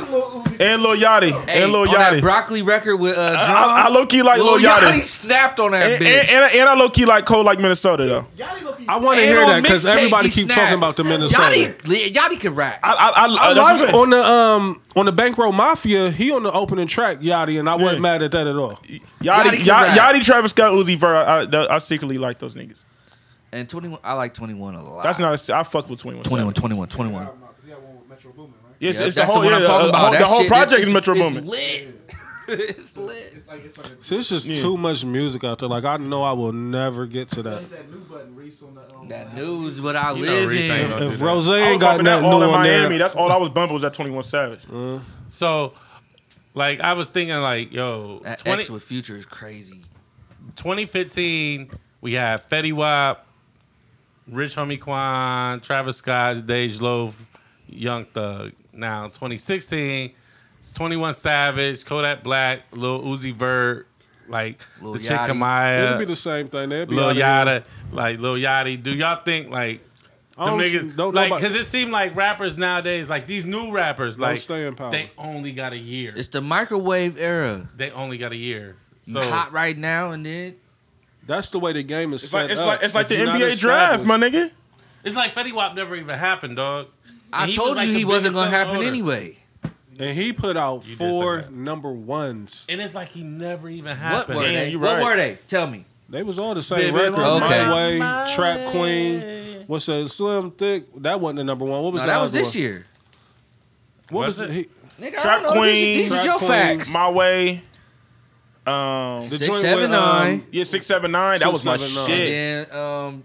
and Lil Yachty, Hey, and Lil on that Yachty. broccoli record with uh, John. I, I low key like Lil, Lil Yachty. Yachty. snapped on that And, bitch. and, and, I low key like cold like Minnesota though. Yachty look, he's I want to And hear on that because mixtape, everybody he keep snapped. talking about the Minnesota. Yachty, li- Yachty can rap. I I I, I Oh, like that's what I'm saying. on the um on the Bankroll Mafia. He on the opening track, Yachty, and I wasn't Yeah. mad at that at all. Yachty, Yachty can Yachty, rap. Yachty, Travis Scott, Uzi Vert. I, I, I secretly like those niggas. and 21, I like 21 a lot. That's not. A, se- I fuck with Uh, Twenty One. 21, 21, 21. talking about because he had one with Metro Boomin, right? It's, Yeah, it's that's the whole. the one yeah, uh, I'm talking the about. whole- That The whole shit, project it's- is Metro Boomin. It's lit. it's lit. It's like it's like a, So it's just too much music out there. Like I know I will never get to that. there's that new button Reese on the um, That last- news, what I You know live Reese ain't in. gonna do If that. Rose I ain't was got bumping that nothing all new in on Miami. there, That's all I was bumping was that Twenty One Savage. So, like, I was thinking, like, yo, That 20, X with Future is crazy. 2015, we had Fetty Wap, Rich Homie Quan, Travis Scott, Dej Loaf, Young Thug. Now, 2016, it's 21 Savage, Kodak Black, Lil Uzi Vert, like, Lil the Yachty. it'll be Chickamaya, the same thing. They'll be Lil out here. Yada, like, Lil Yachty. Do y'all think, like, I them don't s- niggas, don't like, nobody- because it seemed like rappers nowadays, like these new rappers, No like staying power. they only got a year. It's the microwave era. They only got a year. It's So hot right now and then That's the way the game is It's set like it's up. like it's like If the you're not NBA draft, established- my nigga. it's like Fetty Wap never even happened, dog. I And he told was, like, you the he wasn't biggest gonna happen selling artist. anyway. And he put out You did say four that. number ones. And it's like he never even What happened. were Damn, they? you What right. were they? Tell me. They was all the same Baby, record. want Okay. My way, my Trap Queen. way. What's that? Slim Thick. That wasn't the number one. What was No, the that was other this one? year. What Was was it? it? He- Nigga, Trap I don't know. Queen. These, these Trap are your Queen. facts. My way. Um. The Six, joint seven, with, nine. Yeah, six seven nine. That was my 679. And shit. then um,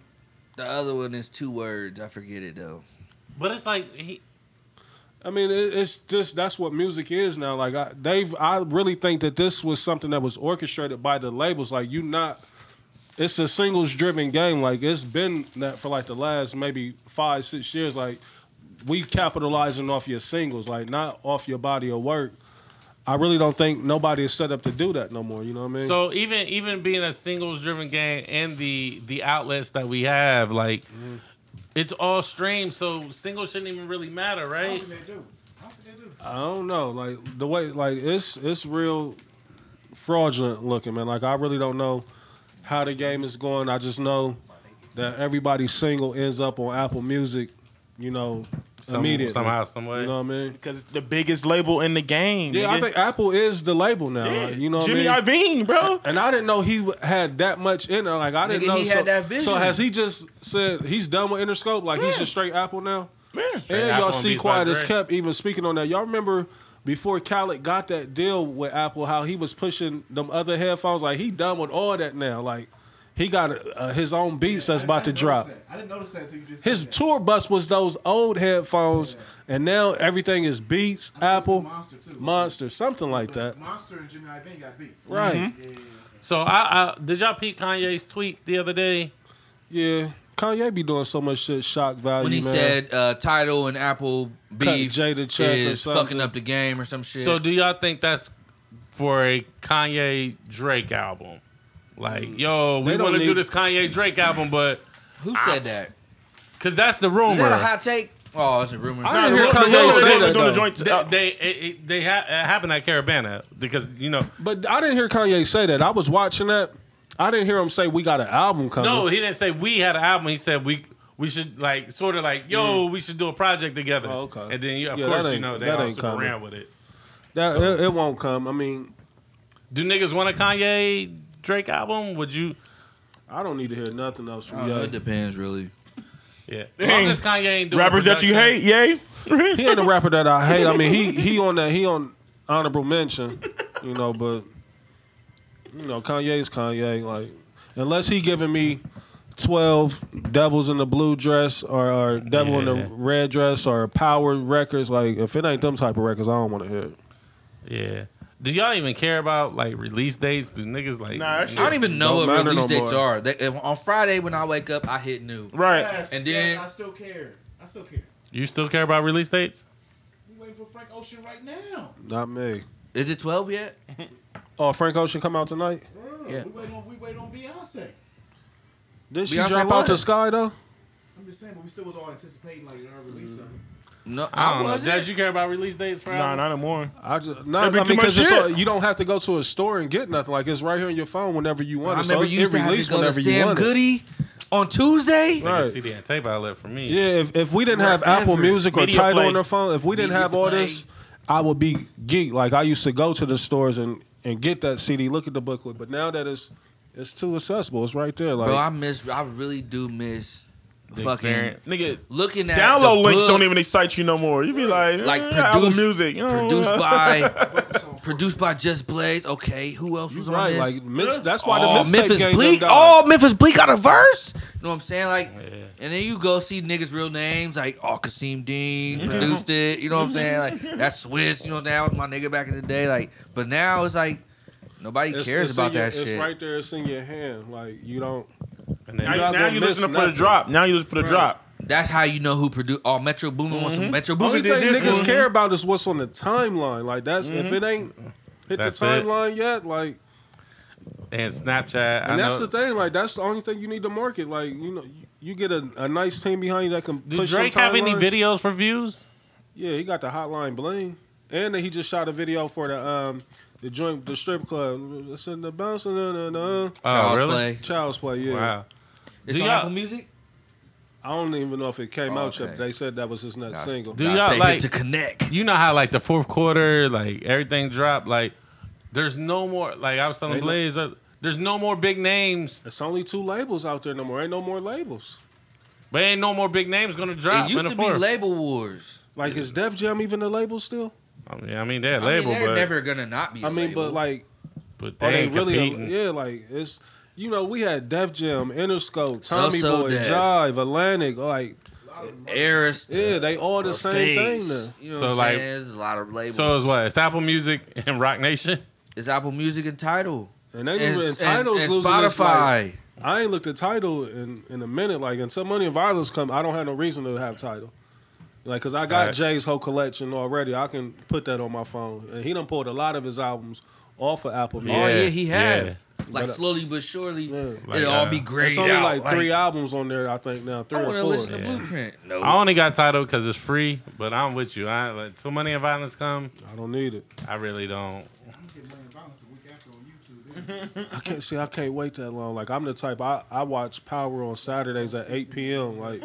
the other one is two words. I forget it though. But it's like he, I mean, it, it's just that's what music is now. Like I, they've, I really think that this was something that was orchestrated by the labels. Like you not it's a singles driven game. Like it's been that for like the last maybe five six years. Like we capitalizing off your singles, like not off your body of work. I really don't think nobody is set up to do that no more. You know what I mean? So even even being a singles driven game and the the outlets that we have, like Mm. it's all streamed, so singles shouldn't even really matter, How right? Oh, can they do? How can they do? I don't know. Like the way, like it's it's real fraudulent looking, man. Like I really don't know how the game is going. I just know that everybody's single ends up on Apple Music. You know, Some- immediately. somehow, some way. You know what I mean? Because the biggest label in the game. Yeah, I nigga. think Apple is the label now. Yeah. like, you know, what Jimmy I mean? Iovine, bro. And I didn't know he had that much in it. Like I didn't Nigga, know. he so, had that vision. so has he just said he's done with Interscope? Like he's Yeah. just straight Apple now. Man, Straight and y'all Apple and see Beats by Quiet as Dre. Kept even speaking on that. Y'all remember before Khaled got that deal with Apple, how he was pushing them other headphones? Like he done with all that now. Like he got uh, his own beats that's I- I about to didn't notice drop. that. I didn't notice that until you just said His that. tour bus was those old headphones, and now everything is Beats, I thought it was Apple, Monster too. Monster, something like But that. Monster and Jimmy Iovine got beat. Right. Yeah, So I, I did y'all peep Kanye's tweet the other day? Yeah. Kanye be doing so much shit, shock value. When he man. said uh, title and Apple beef Jada check or is something. fucking up the game or some shit. So do y'all think that's for a Kanye Drake album? Like, yo, we Mm. They don't want to do need- this Kanye Drake album, but who said that? because that's the Is that a rumor. hot take? Oh, it's a rumor. I Nah, didn't hear the- the Kanye Lil- say Lil- that, doing the though. joint- They uh, they, it, it, they ha- it happened at Caravana because you know but I didn't hear Kanye say that. I was watching that. I didn't hear him say we got an album coming. no, he didn't say we had an album. He said we we should like sort of like yo, we should do a project together. Oh, okay. And then you, of Yeah, course that you ain't- know they that all ain't super coming. around with it. that, it, it won't come. I mean, Do niggas want a Kanye Drake album? Would you? I don't need to hear nothing else I from don't know, you. Uh, It depends, really. Yeah. As Dang. long as Kanye ain't doing Rappers that you hate, production- yay. He ain't a rapper that I hate. I mean, he he on that he on honorable mention, you know. But you know, Kanye's Kanye. Like, unless he giving me twelve devils in the blue dress or, or devil in Yeah. the red dress or power records. Like, if it ain't them type of records, I don't want to hear. It. Yeah. Do y'all even care about like release dates? Do niggas like? Nah, that shit- I don't even know Don't what matter release no dates more. are. They, if- on Friday when I wake up, I hit new. Right. Yes, And yes, then- I still care. I still care. You still care about release dates? We waiting for Frank Ocean right now. Not me. Is it twelve yet? Oh, Frank Ocean come out tonight? Bruh, Yeah. We waiting on we waiting on Beyonce. Did she Beyonce drop out what? the sky though? I'm just saying, but we still was all anticipating like her release of it. No, I I don't know. Dad, wasn't. you care about release dates? Probably? Nah, not anymore. I just not. That'd be I too mean, 'cause much it's shit. all- you don't have to go to a store and get nothing. Like it's right here on your phone whenever you want. I it. remember so you used it to have released to go to whenever you Sam want it. Goody on Tuesday. Niggas Right. see the tape outlet for me. Yeah, if, if we didn't have Whatever. Apple Music or Media Tidal play. on their phone, if we didn't Media have all play. this, I would be geek. Like I used to go to the stores and, and get that CD, look at the booklet. But now that it's it's too accessible, it's right there. Like Bro, I miss. I really do miss The fucking experience. Nigga, looking at the download links book, don't even excite you no more. You be like, like eh, album produced music. you know? produced by So, produced by Just Blaze. Okay, who else you was right. on this? Like Memphis, that's why oh, the Memphis game Bleak. done died. Oh, Memphis Bleak got a verse. You know what I'm saying? Like, and then you go see niggas' real names, like, oh, Kasim Dean produced it. You know what I'm saying? Like, that's Swiss. You know, that was my nigga back in the day. Like, but now it's like nobody It's- Oh, cares it's in about your- that shit. It's right there. It's in your hand. Like you don't. And then- Now, you- not now gonna you miss listening for nothing. the drop. Now you listen for the drop. That's how you know who produced. Oh, Metro Boomin wants some Metro Mm-hmm. Only Boomin thing did this. niggas one. care about is what's on the timeline. Like that's if it ain't hit Mm-hmm. That's it. the timeline yet, like and Snapchat. I and that's know. the thing. Like that's the only thing you need to market. Like you know, you, you get a, a nice team behind you that can. Do push Drake some have any timelines. videos for views? Yeah, he got the hotline bling, and then he just shot a video for the um the joint the strip club. It's in the bounce, uh, uh, uh, Oh, Child's really? Play. Child's play. Yeah, Wow. It's Do on y'all- Apple Music. I don't even know if it came Oh, out yet. okay. but They said that was his next Gotta- single. Do gotta y'all stay hip like- to connect? You know how like the fourth quarter, like everything dropped. Like there's no more. Like I was telling Ain't no- Blaze, uh, there's no more big names, It's only two labels out there no more. Ain't no more labels. but ain't no more big names gonna drop. It in used the to be fourth. label wars. Like is Def Jam even a label still? I mean, Um, I mean they're a I label, mean, they're but never gonna not be. I a mean, label. but like. but they, Are they ain't really? competing. yeah, like it's you know we had Def Jam, Interscope, Tommy So-so Boy, Def. Jive, Atlantic, like a lot of them Eris. yeah, they all the same thing. uh, You know So, what I'm like- saying? There's a lot of labels. So it's what? It's Apple Music and Rock Nation. it's Apple Music and Title. Now. And they And, even and, titles and losing this, like, Spotify. I ain't looked at title in, in a minute. Like until Money and Violence come, I don't have no reason to have title. Like, cause I got Facts. Jay's whole collection already. I can put that on my phone. And he done pulled a lot of his albums off of Apple Music. oh Yeah, yeah, he had. yeah. Like But, uh, slowly but surely, Like, it'll all uh, be It's grayed only out. like, three like, albums on there, I think now, three I or want to four. listen to Yeah. Blueprint. No, I only got title because it's free, but I'm with you. I like till money and violence come. I don't need it. I really don't. Mm-hmm. You can land violence a week after on YouTube. I can't see. I can't wait that long. Like I'm the type. I, I watch Power on Saturdays at 8 p.m. Like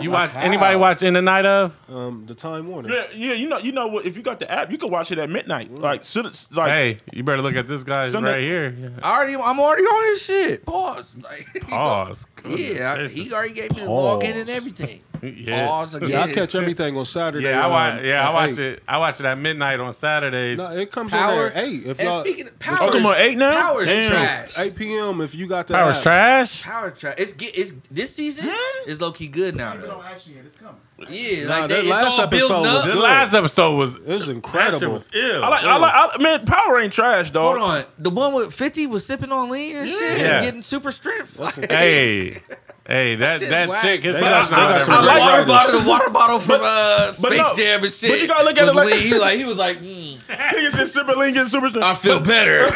You watch anybody watch in the night of? um the Time Warner. Yeah, yeah, you know, you know what? If you got the app, you can watch it at midnight. Like, sit, like, Hey, you better look at this guy Sunday- right here. I already, I'm already on his shit. Pause. Like, Pause. Oh, Goodness yeah, I- gracious. he already gave me the login and Pause. everything. Yeah. Pause again. Yeah, I catch everything on Saturday. Yeah, I um, watch. Yeah, I at watch 8. it. I watch it at midnight on Saturdays. No, it comes power. on there at eight. If and y'all speaking of power, Oh, come on, eight now? Power's Damn. trash. eight p.m. If you got that, Power's trash. Power trash. It's get. It's this season is low key good now Even though. on action yet, it's coming. Yeah, Nah, like that they, last it's all episode building was up. The good. last episode was It was that shit incredible. was ill. I like, I like, I, man, Power ain't trash, dog. Hold on, the one with Fifty was sipping on lean and shit, Yeah. and getting super strength. Like, Hey, hey, that shit that whack. chick. His They got- last they got name. some I like great water writers. bottle, the water bottle from uh, but Space no, Jam and shit. you gotta look at was it like- lean. he like he was like, mm, Niggas in Super League and Super I feel better.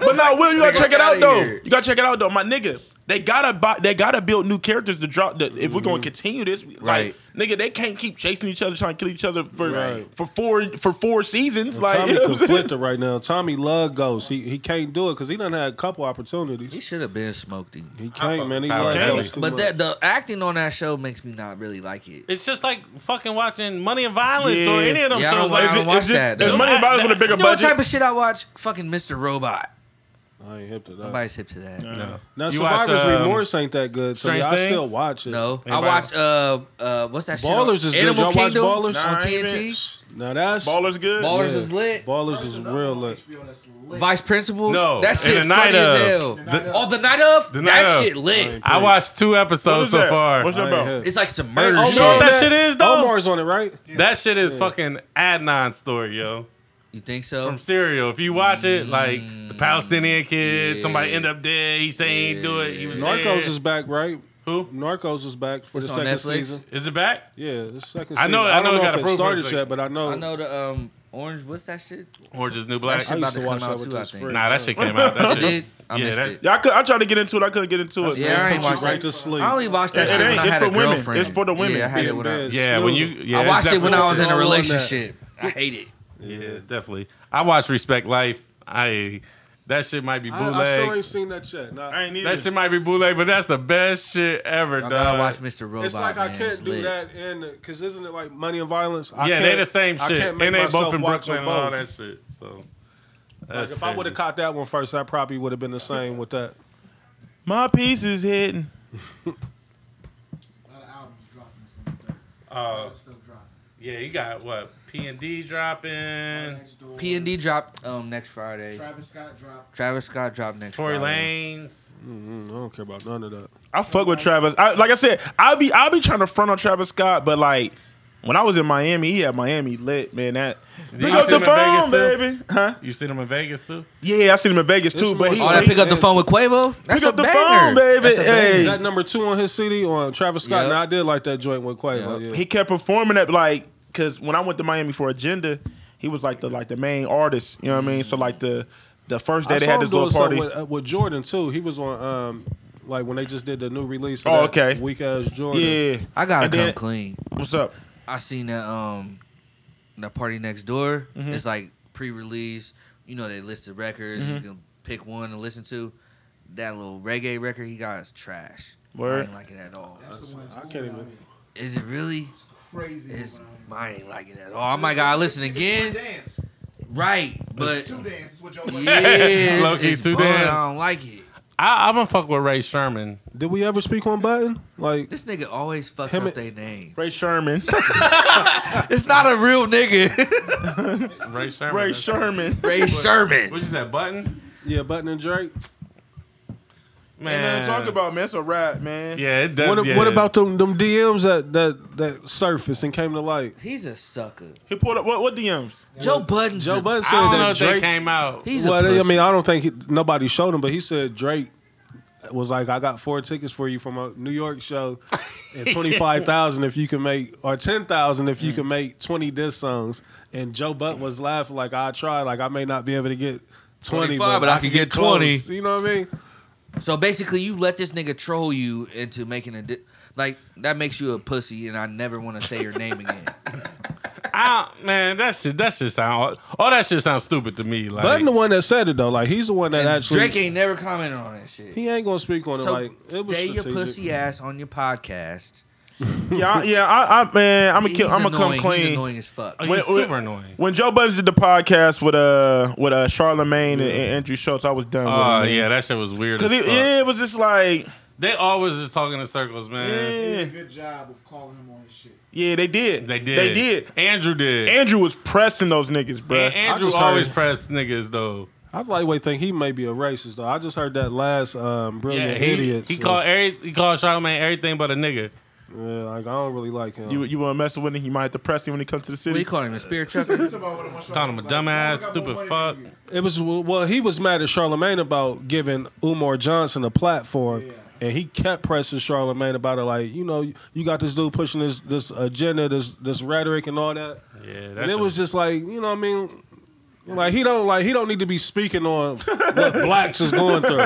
But no, Will, you gotta Nigga, check it out outta though. here. You gotta check it out though, my nigga. They gotta buy, they gotta build new characters to drop. The, if we're gonna continue this, Mm-hmm. Right. like nigga, they can't keep chasing each other, trying to kill each other for Right. for four for four seasons. like Tommy you know what I'm saying? conflicted right now. Tommy love Ghost. He he can't do it because he done had a couple he opportunities. should have been smoked him. He can't, man. He Tyler love Kelly. Ghost. too But much. that the acting on that show makes me not really like it. It's just like fucking watching Money and Violence or Yeah. any of them Yeah, I don't shows. wa- Like, I don't watch it's just, that, it's though. money and violence with a bigger You know what budget. type of shit I watch? Fucking Mr. Robot. I ain't hip to that. Nobody's hip to that. no. Now You watch, Survivor's um, Remorse ain't that good. So Strange yeah, I still Things? watch it. No, Anybody I watched uh uh what's that Ballers shit? is good. Animal Y'all watch Kingdom Ballers? on Nah, I ain't TNT. Now that's Ballers good. Ballers Yeah. is lit. Ballers There's is another real one on lit. HBO that's lit. Vice Principals. No, that shit and the funny night as of. hell. The night of. oh, the night of The that night of. shit lit. I watched two What episodes is so that? far. What's I that ain't about? hip. It's like some murder oh, Omar- shit. You know what that shit is though? Omar's on it, right? That shit is Yeah. fucking Adnan story, yo. you think Oh. so? From Serial, if you watch it, like the Palestinian kid, Yeah. somebody end up dead. He say he ain't do it. He was dead. Mm, Narcos is back, right? who? Narcos is back for It's the on second Netflix? season. Is it back? Yeah, the second season. I know- I know it don't got if it approved for a started second. yet, but I know. I know the um orange. What's that shit? Orange is New Black? That I shit about used to to come watch out that with too. I this think. friend. Nah, that shit came out. That shit- It did. I Yeah, missed that- it. Yeah, I, could, I tried to get into it. I couldn't get into it. Yeah, man. I ain't watched right to that. sleep. I only watched that It shit when ain't- I it's had a for women. girlfriend. It's for the women. Yeah, I had Being it when I. bad. Yeah, when you Snoozing. yeah, I it's watched it when I definitely- was in a All on that. relationship. I hate it. Yeah, definitely. I watched Respect Life. I that shit might be I, I still bootleg. ain't seen that yet. Nah, I ain't either. that shit might be bootleg, but that's the best shit ever, I dog. gotta watch Mr. Robot. it's like man. I can't It's do lit. that in because isn't it like money and violence? I yeah, can't, they the same I shit, can't and make they myself both from watch Brooklyn them and all both. that shit. So Like, that's if I would have crazy. caught that one first, I probably would have been the same with that. My piece is hidden. A lot of albums dropping this one. though. A Uh, lot of stuff dropping. yeah, you got what P and D dropping, Next door. P and D dropped um next Friday. Travis Scott dropped. Travis Scott dropped next Tory Friday. Lanes. Mm-mm, I don't care about none of that. I fuck with Travis. I, like I said, I'll be I'll be trying to front on Travis Scott, but like when I was in Miami, he had Miami lit, man. That pick you up see the him in Vegas, phone, too? baby, huh? You see them in Vegas too. Yeah, I seen him in Vegas too, This but one- he, Oh, that he- pick up the phone with Quavo. That's Pick a up the banger. phone, baby. That's a banger. Is Hey. that number two on his CD on Travis Scott? Yep. Now I did like that joint with Quavo. Yep. Yeah. he kept performing that like because when I went to Miami for Agenda, he was like the like the main artist. You know what I mean? So like the the first day I they saw had him this doing little party. something With, uh, with Jordan too. He was on um like when they just did the new release. For Oh, okay. Weak ass Jordan. Yeah, I gotta And come then- clean. what's up? I seen that um that party next door. Mm-hmm. It's like pre-release. You know they listed records. You Mm-hmm. can pick one and listen to. That little reggae record he got is trash. I Word. ain't like it at all. That's the one that's I can't moving even- out here. Is it really? It's crazy. It's moving out I here. ain't like it at all. I might gotta listen It's- again. It's one dance. Right, It's but two dance. Is what y'all yeah, Low it's, key, it's two bun. dance. I don't like it. I, I'm gonna fuck with Ray Sherman. Did we ever speak on Button? Like This nigga always fucks Him up and- their name. Ray Sherman. It's not a real nigga. Ray Sherman. Ray that's- Sherman. Ray What Sherman. you said, Button? yeah, Button and Drake. Man, man. It's a rap, man. Yeah, it does. What, yeah. what about them them DMs that that that surfaced and came to light? He's a sucker. He pulled up what, what DMs? Joe Budden. Joe Budden I said don't know that if they Drake. came out. He's a well, I pussy. mean, I don't think he, nobody showed him, but he said Drake was like, I got four tickets for you from a New York show, and twenty five thousand if you can make, or ten thousand if you Mm. can make twenty diss songs. And Joe Butt was laughing like, I tried, like I may not be able to get twenty, 25, but I can get 20. close." You know what I mean? So basically, you let this nigga troll you into making a di- like that makes you a pussy, and I never want to say your name again. I, man, that shit, that shit sound, all that shit sounds stupid to me. Like, oh, Button the one that said it though, like he's the one that And actually Drake ain't never commented on that shit. he ain't gonna speak on it. so Like, it was stay your strategic. pussy ass on your podcast. Yeah, I, yeah, I, I man, I'm gonna He's kill, I'm gonna come annoying. He's clean. annoying as fuck. Oh, When- he's when- super annoying. When Joe Buzz did the podcast with uh with uh Charlemagne and, and Andrew Schultz, I was done. with Oh him, man. yeah, that shit was weird. Cause as it, fuck. yeah, it was just like, They always just talking in circles, man. They did yeah, a good job of calling him on his shit. yeah, they did, They did. they did. Andrew did. Andrew was pressing those niggas, bruh. And Andrew just heard- always pressed niggas though. I lightweight think he may be a racist though. I just heard that last um, brilliant yeah, he, idiot. he so, called every, he called Charlamagne everything but a nigga. uh, Yeah, like I don't really like him. you you want to mess with him? He might have to press him when he comes to the What do city. you call him? A spear chucker? Called him a dumbass, stupid fuck. It was well, he was mad at Charlemagne about giving Umar Johnson a platform, and he kept pressing Charlemagne about it. Like, you know, you got this dude pushing this this agenda, this this rhetoric, and all that. Yeah, and that's it was just like, you know, what I mean, like he don't like he don't need to be speaking on what blacks is going through.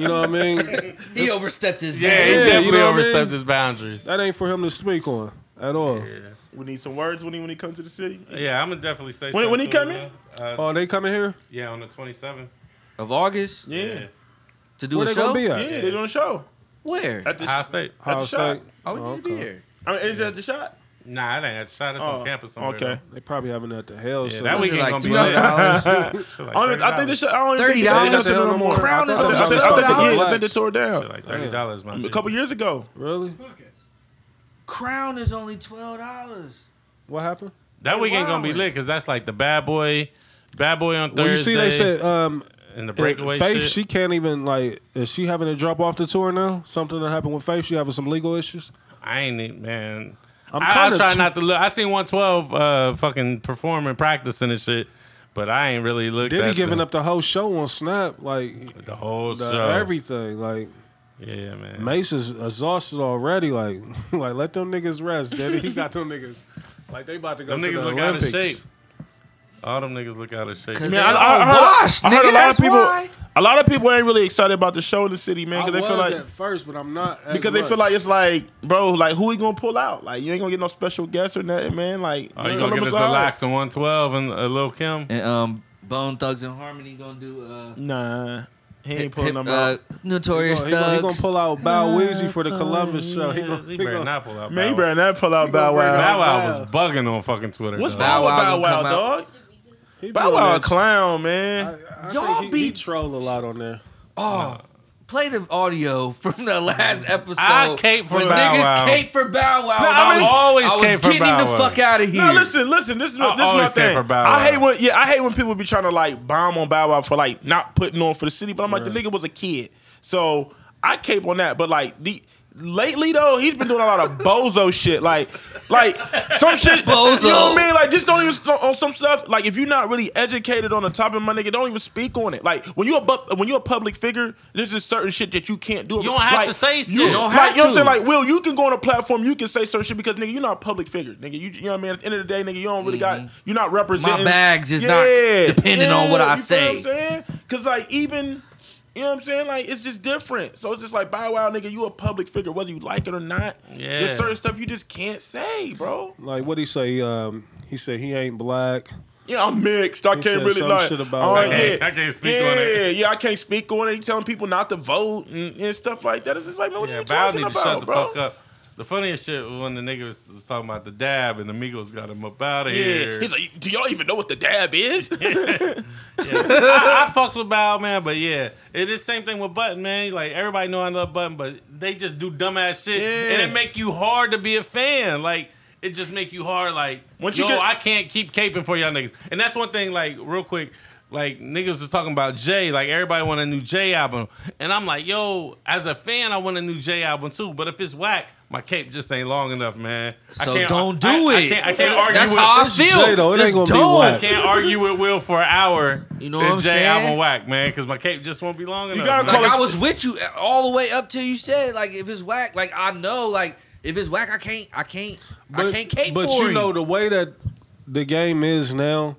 You know what I mean? he overstepped his yeah, he Yeah, you definitely know what I overstepped mean? his boundaries. That ain't for him to speak on at all. We need some words when he when he comes to the city. Yeah, I'm gonna definitely say. When- when he something to coming? him, Uh, Oh, they coming here? yeah, on the 27th. of August Yeah, to do Where a they show. gonna be yeah, at? they're doing a show Where? at the Ohio State. Ohio shot. State. I would Oh, need to be okay. there. I mean, is that the shot? Nah, it ain't at the shot. It's Oh, on campus somewhere. okay. though. They probably having it at the hell. Yeah, so that What weekend is it, gonna be $12? lit. Shit like I, don't- I think the $30. shot. I don't even Thirty think they- dollars? they don't do it no more. Crown is I think- I think- I think- yeah, I think they tore it down Shit like thirty dollars, man. a couple years ago. Really? Crown is only twelve dollars. What happened? That weekend gonna be Wildin'. lit because that's like the bad boy, bad boy on Thursday. Well, you see, they said um, and the breakaway Breakaway Faith, shit. she can't even like. Is she having to drop off the tour now? Something that happened with Faith. She having some legal issues. I ain't e- man. I'm I, I kinda try too- not to look. I seen one twelve uh fucking performing, practicing and shit, but I ain't really looked. Diddy at giving the, up the whole show on Snap, like the whole the, show. everything. Like yeah, man. Mace is exhausted already. Like, like let them niggas rest, Diddy. He got them niggas. Like they about to go them to niggas the look Olympics. out of shape. All them niggas look out of shape. Cause Man, they I- all I heard- washed. I heard nigga, a lot of that's people. why. A lot of people ain't really excited about the show in the city, man, I was because they feel like at first, but I'm not as because they much. feel like it's like, bro, like who he gonna pull out? Like you ain't gonna get no special guest or nothing, man. Like Oh, you Columbus gonna get us all- relax in one twelve and a little Kim? And um, Bone Thugs and Harmony gonna do uh, Nah, he ain't hip, pulling hip, them uh out. he Notorious gonna, Oh, he gonna- he gonna Thugs. pull out Bow Weezy for the Columbus show. He gonna, he he better gonna, not pull uh, out. Man, he Bow Wow. better not pull out Bow gonna bring Wow. Bow out Wow Bow. was bugging on fucking Twitter. What's though. wrong with Bow Wow gonna Wow, come out. dog? he be Bow on Wow a that- clown, man. I Y'all think he- he be- troll a lot on there. Oh, play the audio from the last episode. I cape for when Bow niggas Wow. cape for Bow Wow. Nah, I I mean- was, Always I was cape for getting Bow Wow. him the fuck out of here. No, listen, listen. This is I this is my always came thing. for Bow I hate Wow. when yeah, I hate when people be trying to like bomb on Bow Wow for like not putting on for the city. But I'm like, the nigga was a kid, so I cape on that. But like the lately though, he's been doing a lot of bozo shit. Like, like some shit. Bozo. You know what I mean? Like, just don't even st- on some stuff. Like, if you're not really educated on the topic, my nigga, don't even speak on it. Like, when you a bu- when you a public figure, there's just certain shit that you can't do. You don't have Like, to say shit. You, You don't like, have you know what I'm to. saying? Like, Will, you can go on a platform, you can say certain shit because nigga, you're not a public figure, nigga. You, you know what I mean? At the end of the day, nigga, you don't really got Mm-hmm. you're not representing. My bags is not dependent on what I you feel say. What I'm saying? Cause like even you know what I'm saying? Like it's just different. So it's just like Bow Wow, nigga, you a public figure, whether you like it or not. Yeah. There's certain stuff you just can't say, bro. Like what he say? Um, he said he ain't black. Yeah, I'm mixed. He I can't said really some like. shit about oh, it. I can't- yeah. I can't speak yeah, on it. Yeah, yeah, I can't speak on it. He telling people not to vote and, and stuff like that. It's just like, man, what are Yeah, you Bow talking need to about, shut the bro? fuck up. The funniest shit was when the nigga was, was talking about the dab and the Migos got him up out of Yeah, here. he's like, do y'all even know what the dab is? I, I fucks with Bow man, but yeah, it is same thing with Button man. Like everybody know I love Button, but they just do dumbass shit Yeah. and it make you hard to be a fan. Like it just make you hard. Like Once yo, you get- I can't keep caping for y'all niggas. And that's one thing. Like real quick. Like niggas was talking about Jay, like everybody want a new Jay album, and I'm like, yo, as a fan, I want a new Jay album too. But if it's whack, My cape just ain't long enough, man. So I can't, don't I- do I, it. I can't, I can't argue That's with how I It's feel. Jay, though. It It's ain't gonna be dope. I whack. can't argue with Will for an hour. You know Then what I'm Jay, saying? I'm a whack, man, because my cape just won't be long enough. gotta man. call Like us- I was with you all the way up till you said like if it's whack, like I know like if it's whack, I can't, I can't, I can't cape but for you it. know the way that the game is now,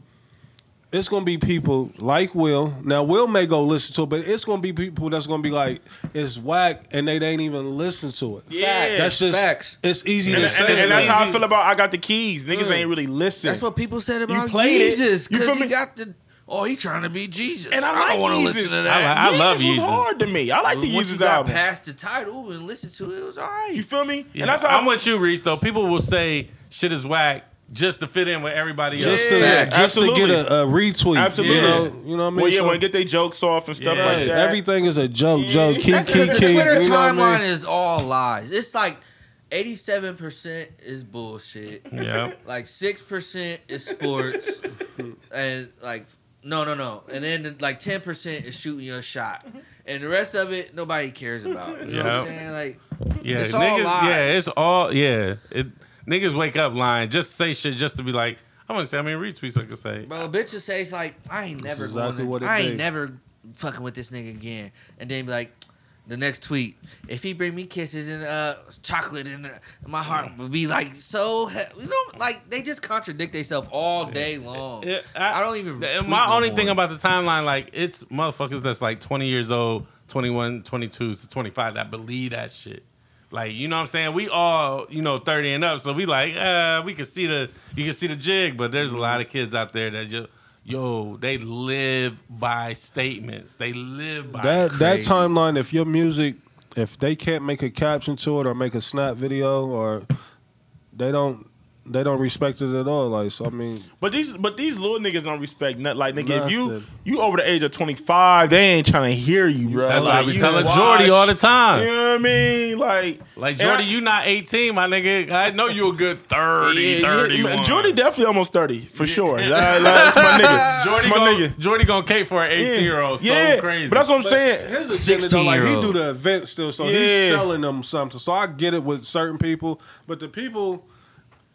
it's gonna be people like Will. Now Will may go listen to it, but it's gonna be people that's gonna be like, it's whack, and they ain't even listen to it. Yeah. that's just Facts. it's easy And, to and- say. and that's easy. how I feel about I got the keys. Niggas ain't really listening. That's what people said about played it. Jesus You feel because he me? got the oh he trying to be Jesus. and I, like don't want to Yeezus. listen to that. I love Yeezus was Yeezus. hard to me. I like the Once you Yeezus got album. past the title and listened to it, it was all right. You feel me? Yeah, And that's how I'm with you, Reese. Though people will say shit is whack just to fit in with everybody just else. to, Yeah, just to get absolutely. a, a retweet. Absolutely. You know, you know what I mean? Well, yeah, So- when you get their jokes off and stuff Yeah. like that. Everything is a joke, joke. Keep, That's keep, because the keep. Twitter you know what I timeline mean? is all lies. It's like eighty-seven percent is bullshit. Yeah, Like six percent is sports, and like no, no, no. And then like ten percent is shooting your shot, and the rest of it nobody cares about. You know what Yep. I'm saying? Like yeah, It's all niggas. lies. Yeah, it's all yeah. It, niggas wake up lying, just say shit just to be like, I'm gonna say how many retweets I can say. Bro, bitches say it's like I ain't never exactly going. what To, it I ain't be. never fucking with this nigga again. And then be like, the next tweet, if he bring me kisses and uh chocolate and uh, my heart would be like so. He- you know, like they just contradict themselves all day long. Yeah, I don't even and tweet My no only more. thing about the timeline, like it's motherfuckers that's like 20 years old, 21, 22 to 25 that believe that shit. Like you know what I'm saying? We all you know 30 and up, so we like uh, we can see the you can see the jig, but there's a lot of kids out there that just yo they live by statements. They live by That that Crazy. timeline, if your music, if they can't make a caption to it or make a snap video or they don't they don't respect it at all. Like so, I mean, But these but these little niggas don't respect nothing. Like nigga, if you Nothing. you over the age of twenty five, they ain't trying to hear you, bro. That's like, what I be you telling watch- Jordy all the time. You know what I mean? Like Like and I- Jordy, you not 18, my nigga. I know you a good 30, yeah, 31. yeah, man, Jordy definitely almost thirty for sure. Like, like, that's my nigga. Jordy That's my gon- nigga. Jordy gonna cape for an 18 year old. So yeah, crazy. but that's what I'm saying. his agenda though, like he 16-year-old. do the event still, so Yeah. he's selling them something. So I get it with certain people, but the people.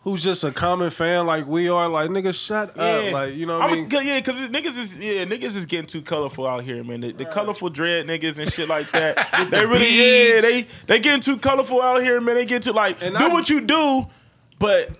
Who's just a common fan like we are? Like nigga, shut Yeah. up! Like you know what I'm I a- mean? yeah, because niggas is yeah, niggas is getting too colorful out here, man. The, the colorful dread niggas and shit like that. they really yeah, beads. they they getting too colorful out here, man. They get to like And do I- what you do, but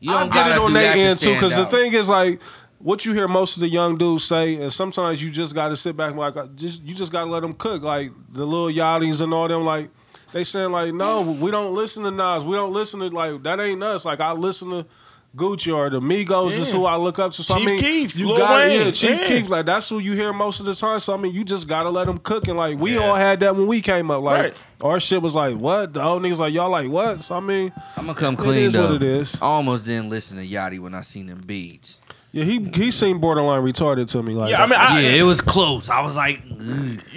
you I don't get it gotta on do their that to end too, stand because the out. thing is like what you hear most of the young dudes say, and sometimes you just got to sit back and like I- just you just got to let them cook. Like the little Yachty's and all them, like they saying like no, we don't listen to Nas, we don't listen to like that ain't us. Like I listen to. Gucci or the Migos is Yeah. who I look up to. So Chief I mean, Keef, you Lil got Wayne, yeah, Chief yeah. Keef. Like that's who you hear most of the time. So I mean, you just gotta let them cook. And like we all had that when we came up. Like Right. our shit was like what the old niggas like y'all like what. So I mean, I'm gonna come It clean is though. what it is. I almost didn't listen to Yachty when I seen them beads. Yeah, he he seemed borderline retarded to me. Like, yeah, I mean, I, yeah, it was close. I was like, ugh.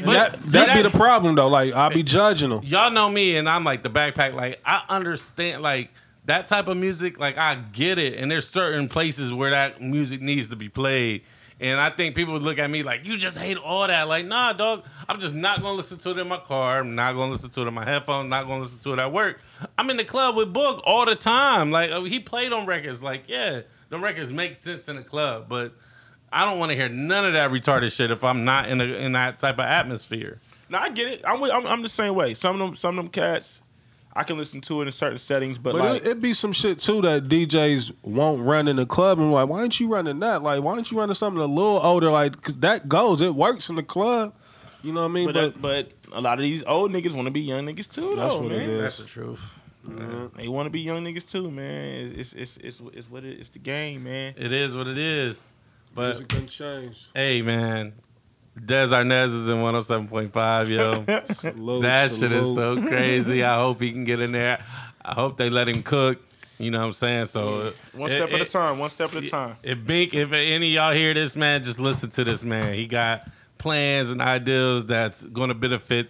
But that see, that be that- the problem though. Like, I be judging him. y'all know me, and I'm like the backpack. Like I understand, like that type of music. Like I get it, and there's certain places where that music needs to be played. And I think people would look at me like, you just hate all that. Like, nah, dog. I'm just not gonna listen to it in my car. I'm not gonna listen to it in my headphones. Not gonna listen to it at work. I'm in the club with Boog all the time. Like uh, he played on records. Like, yeah, the records make sense in the club, but I don't want to hear none of that retarded shit if I'm not in a, in that type of atmosphere. no, I get it. I'm, with, I'm I'm the same way. Some of them some of them cats, I can listen to it in certain settings, but, But like it, it be some shit too that DJs won't run in the club. And like, why ain't you running that? Like, why ain't you running something a little older? Like, 'cause that goes. It works in the club. You know what I mean? but, But, but a lot of these old niggas want to be young niggas too. That's though, what it man. is. That's the truth. They want to be young niggas too, man. It's it's it's it's, it's what it, it's the game, man. It is what it is. But music can change. hey, man, Des Arnaz is in 107.5, yo. Oh, Salute, that shit is salute. so crazy. I hope he can get in there. I hope they let him cook. You know what I'm saying? So One it- step at a it- time. One step at a time. If Bink, if any of y'all hear this man, just listen to this man. He got plans and ideals that's gonna benefit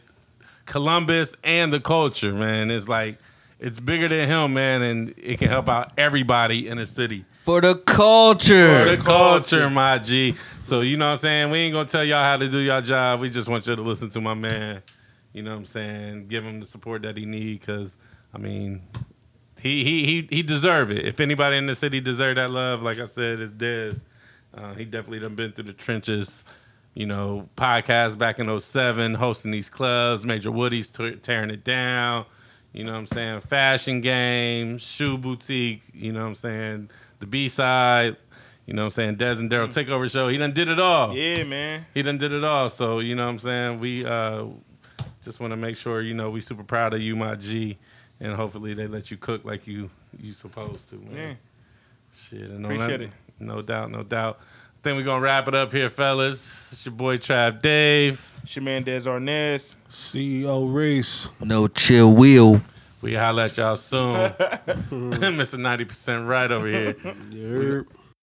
Columbus and the culture, man. It's like it's bigger than him, man, and it can help out everybody in the city. for the culture. For the culture, my G. So you know what I'm saying? We ain't gonna tell y'all how to do y'all job. We just want you to listen to my man. You know what I'm saying? Give him the support that he need because I mean, he he he he deserve it. If anybody in the city deserve that love, like I said, it's Dez. Uh, he definitely done been through the trenches. You know, podcast back in 07, hosting these clubs, Major Woody's t- tearing it down. You know what I'm saying? Fashion game, shoe boutique, you know what I'm saying? The B side, you know what I'm saying? Dez and Daryl Takeover Show. He done did it all Yeah, man. he done did it all. So you know what I'm saying. We uh, just want to make sure you know we super proud of you, my G, and hopefully they let you cook like you you supposed to, man. Yeah. Shit, and Appreciate on that, it. No doubt, no doubt. I think we're gonna wrap it up here, fellas. It's your boy Trav Dave. It's your man Des Arnaz. CEO Reese. No chill wheel. We holla at y'all soon. Mr. 90% right over here. Yerp.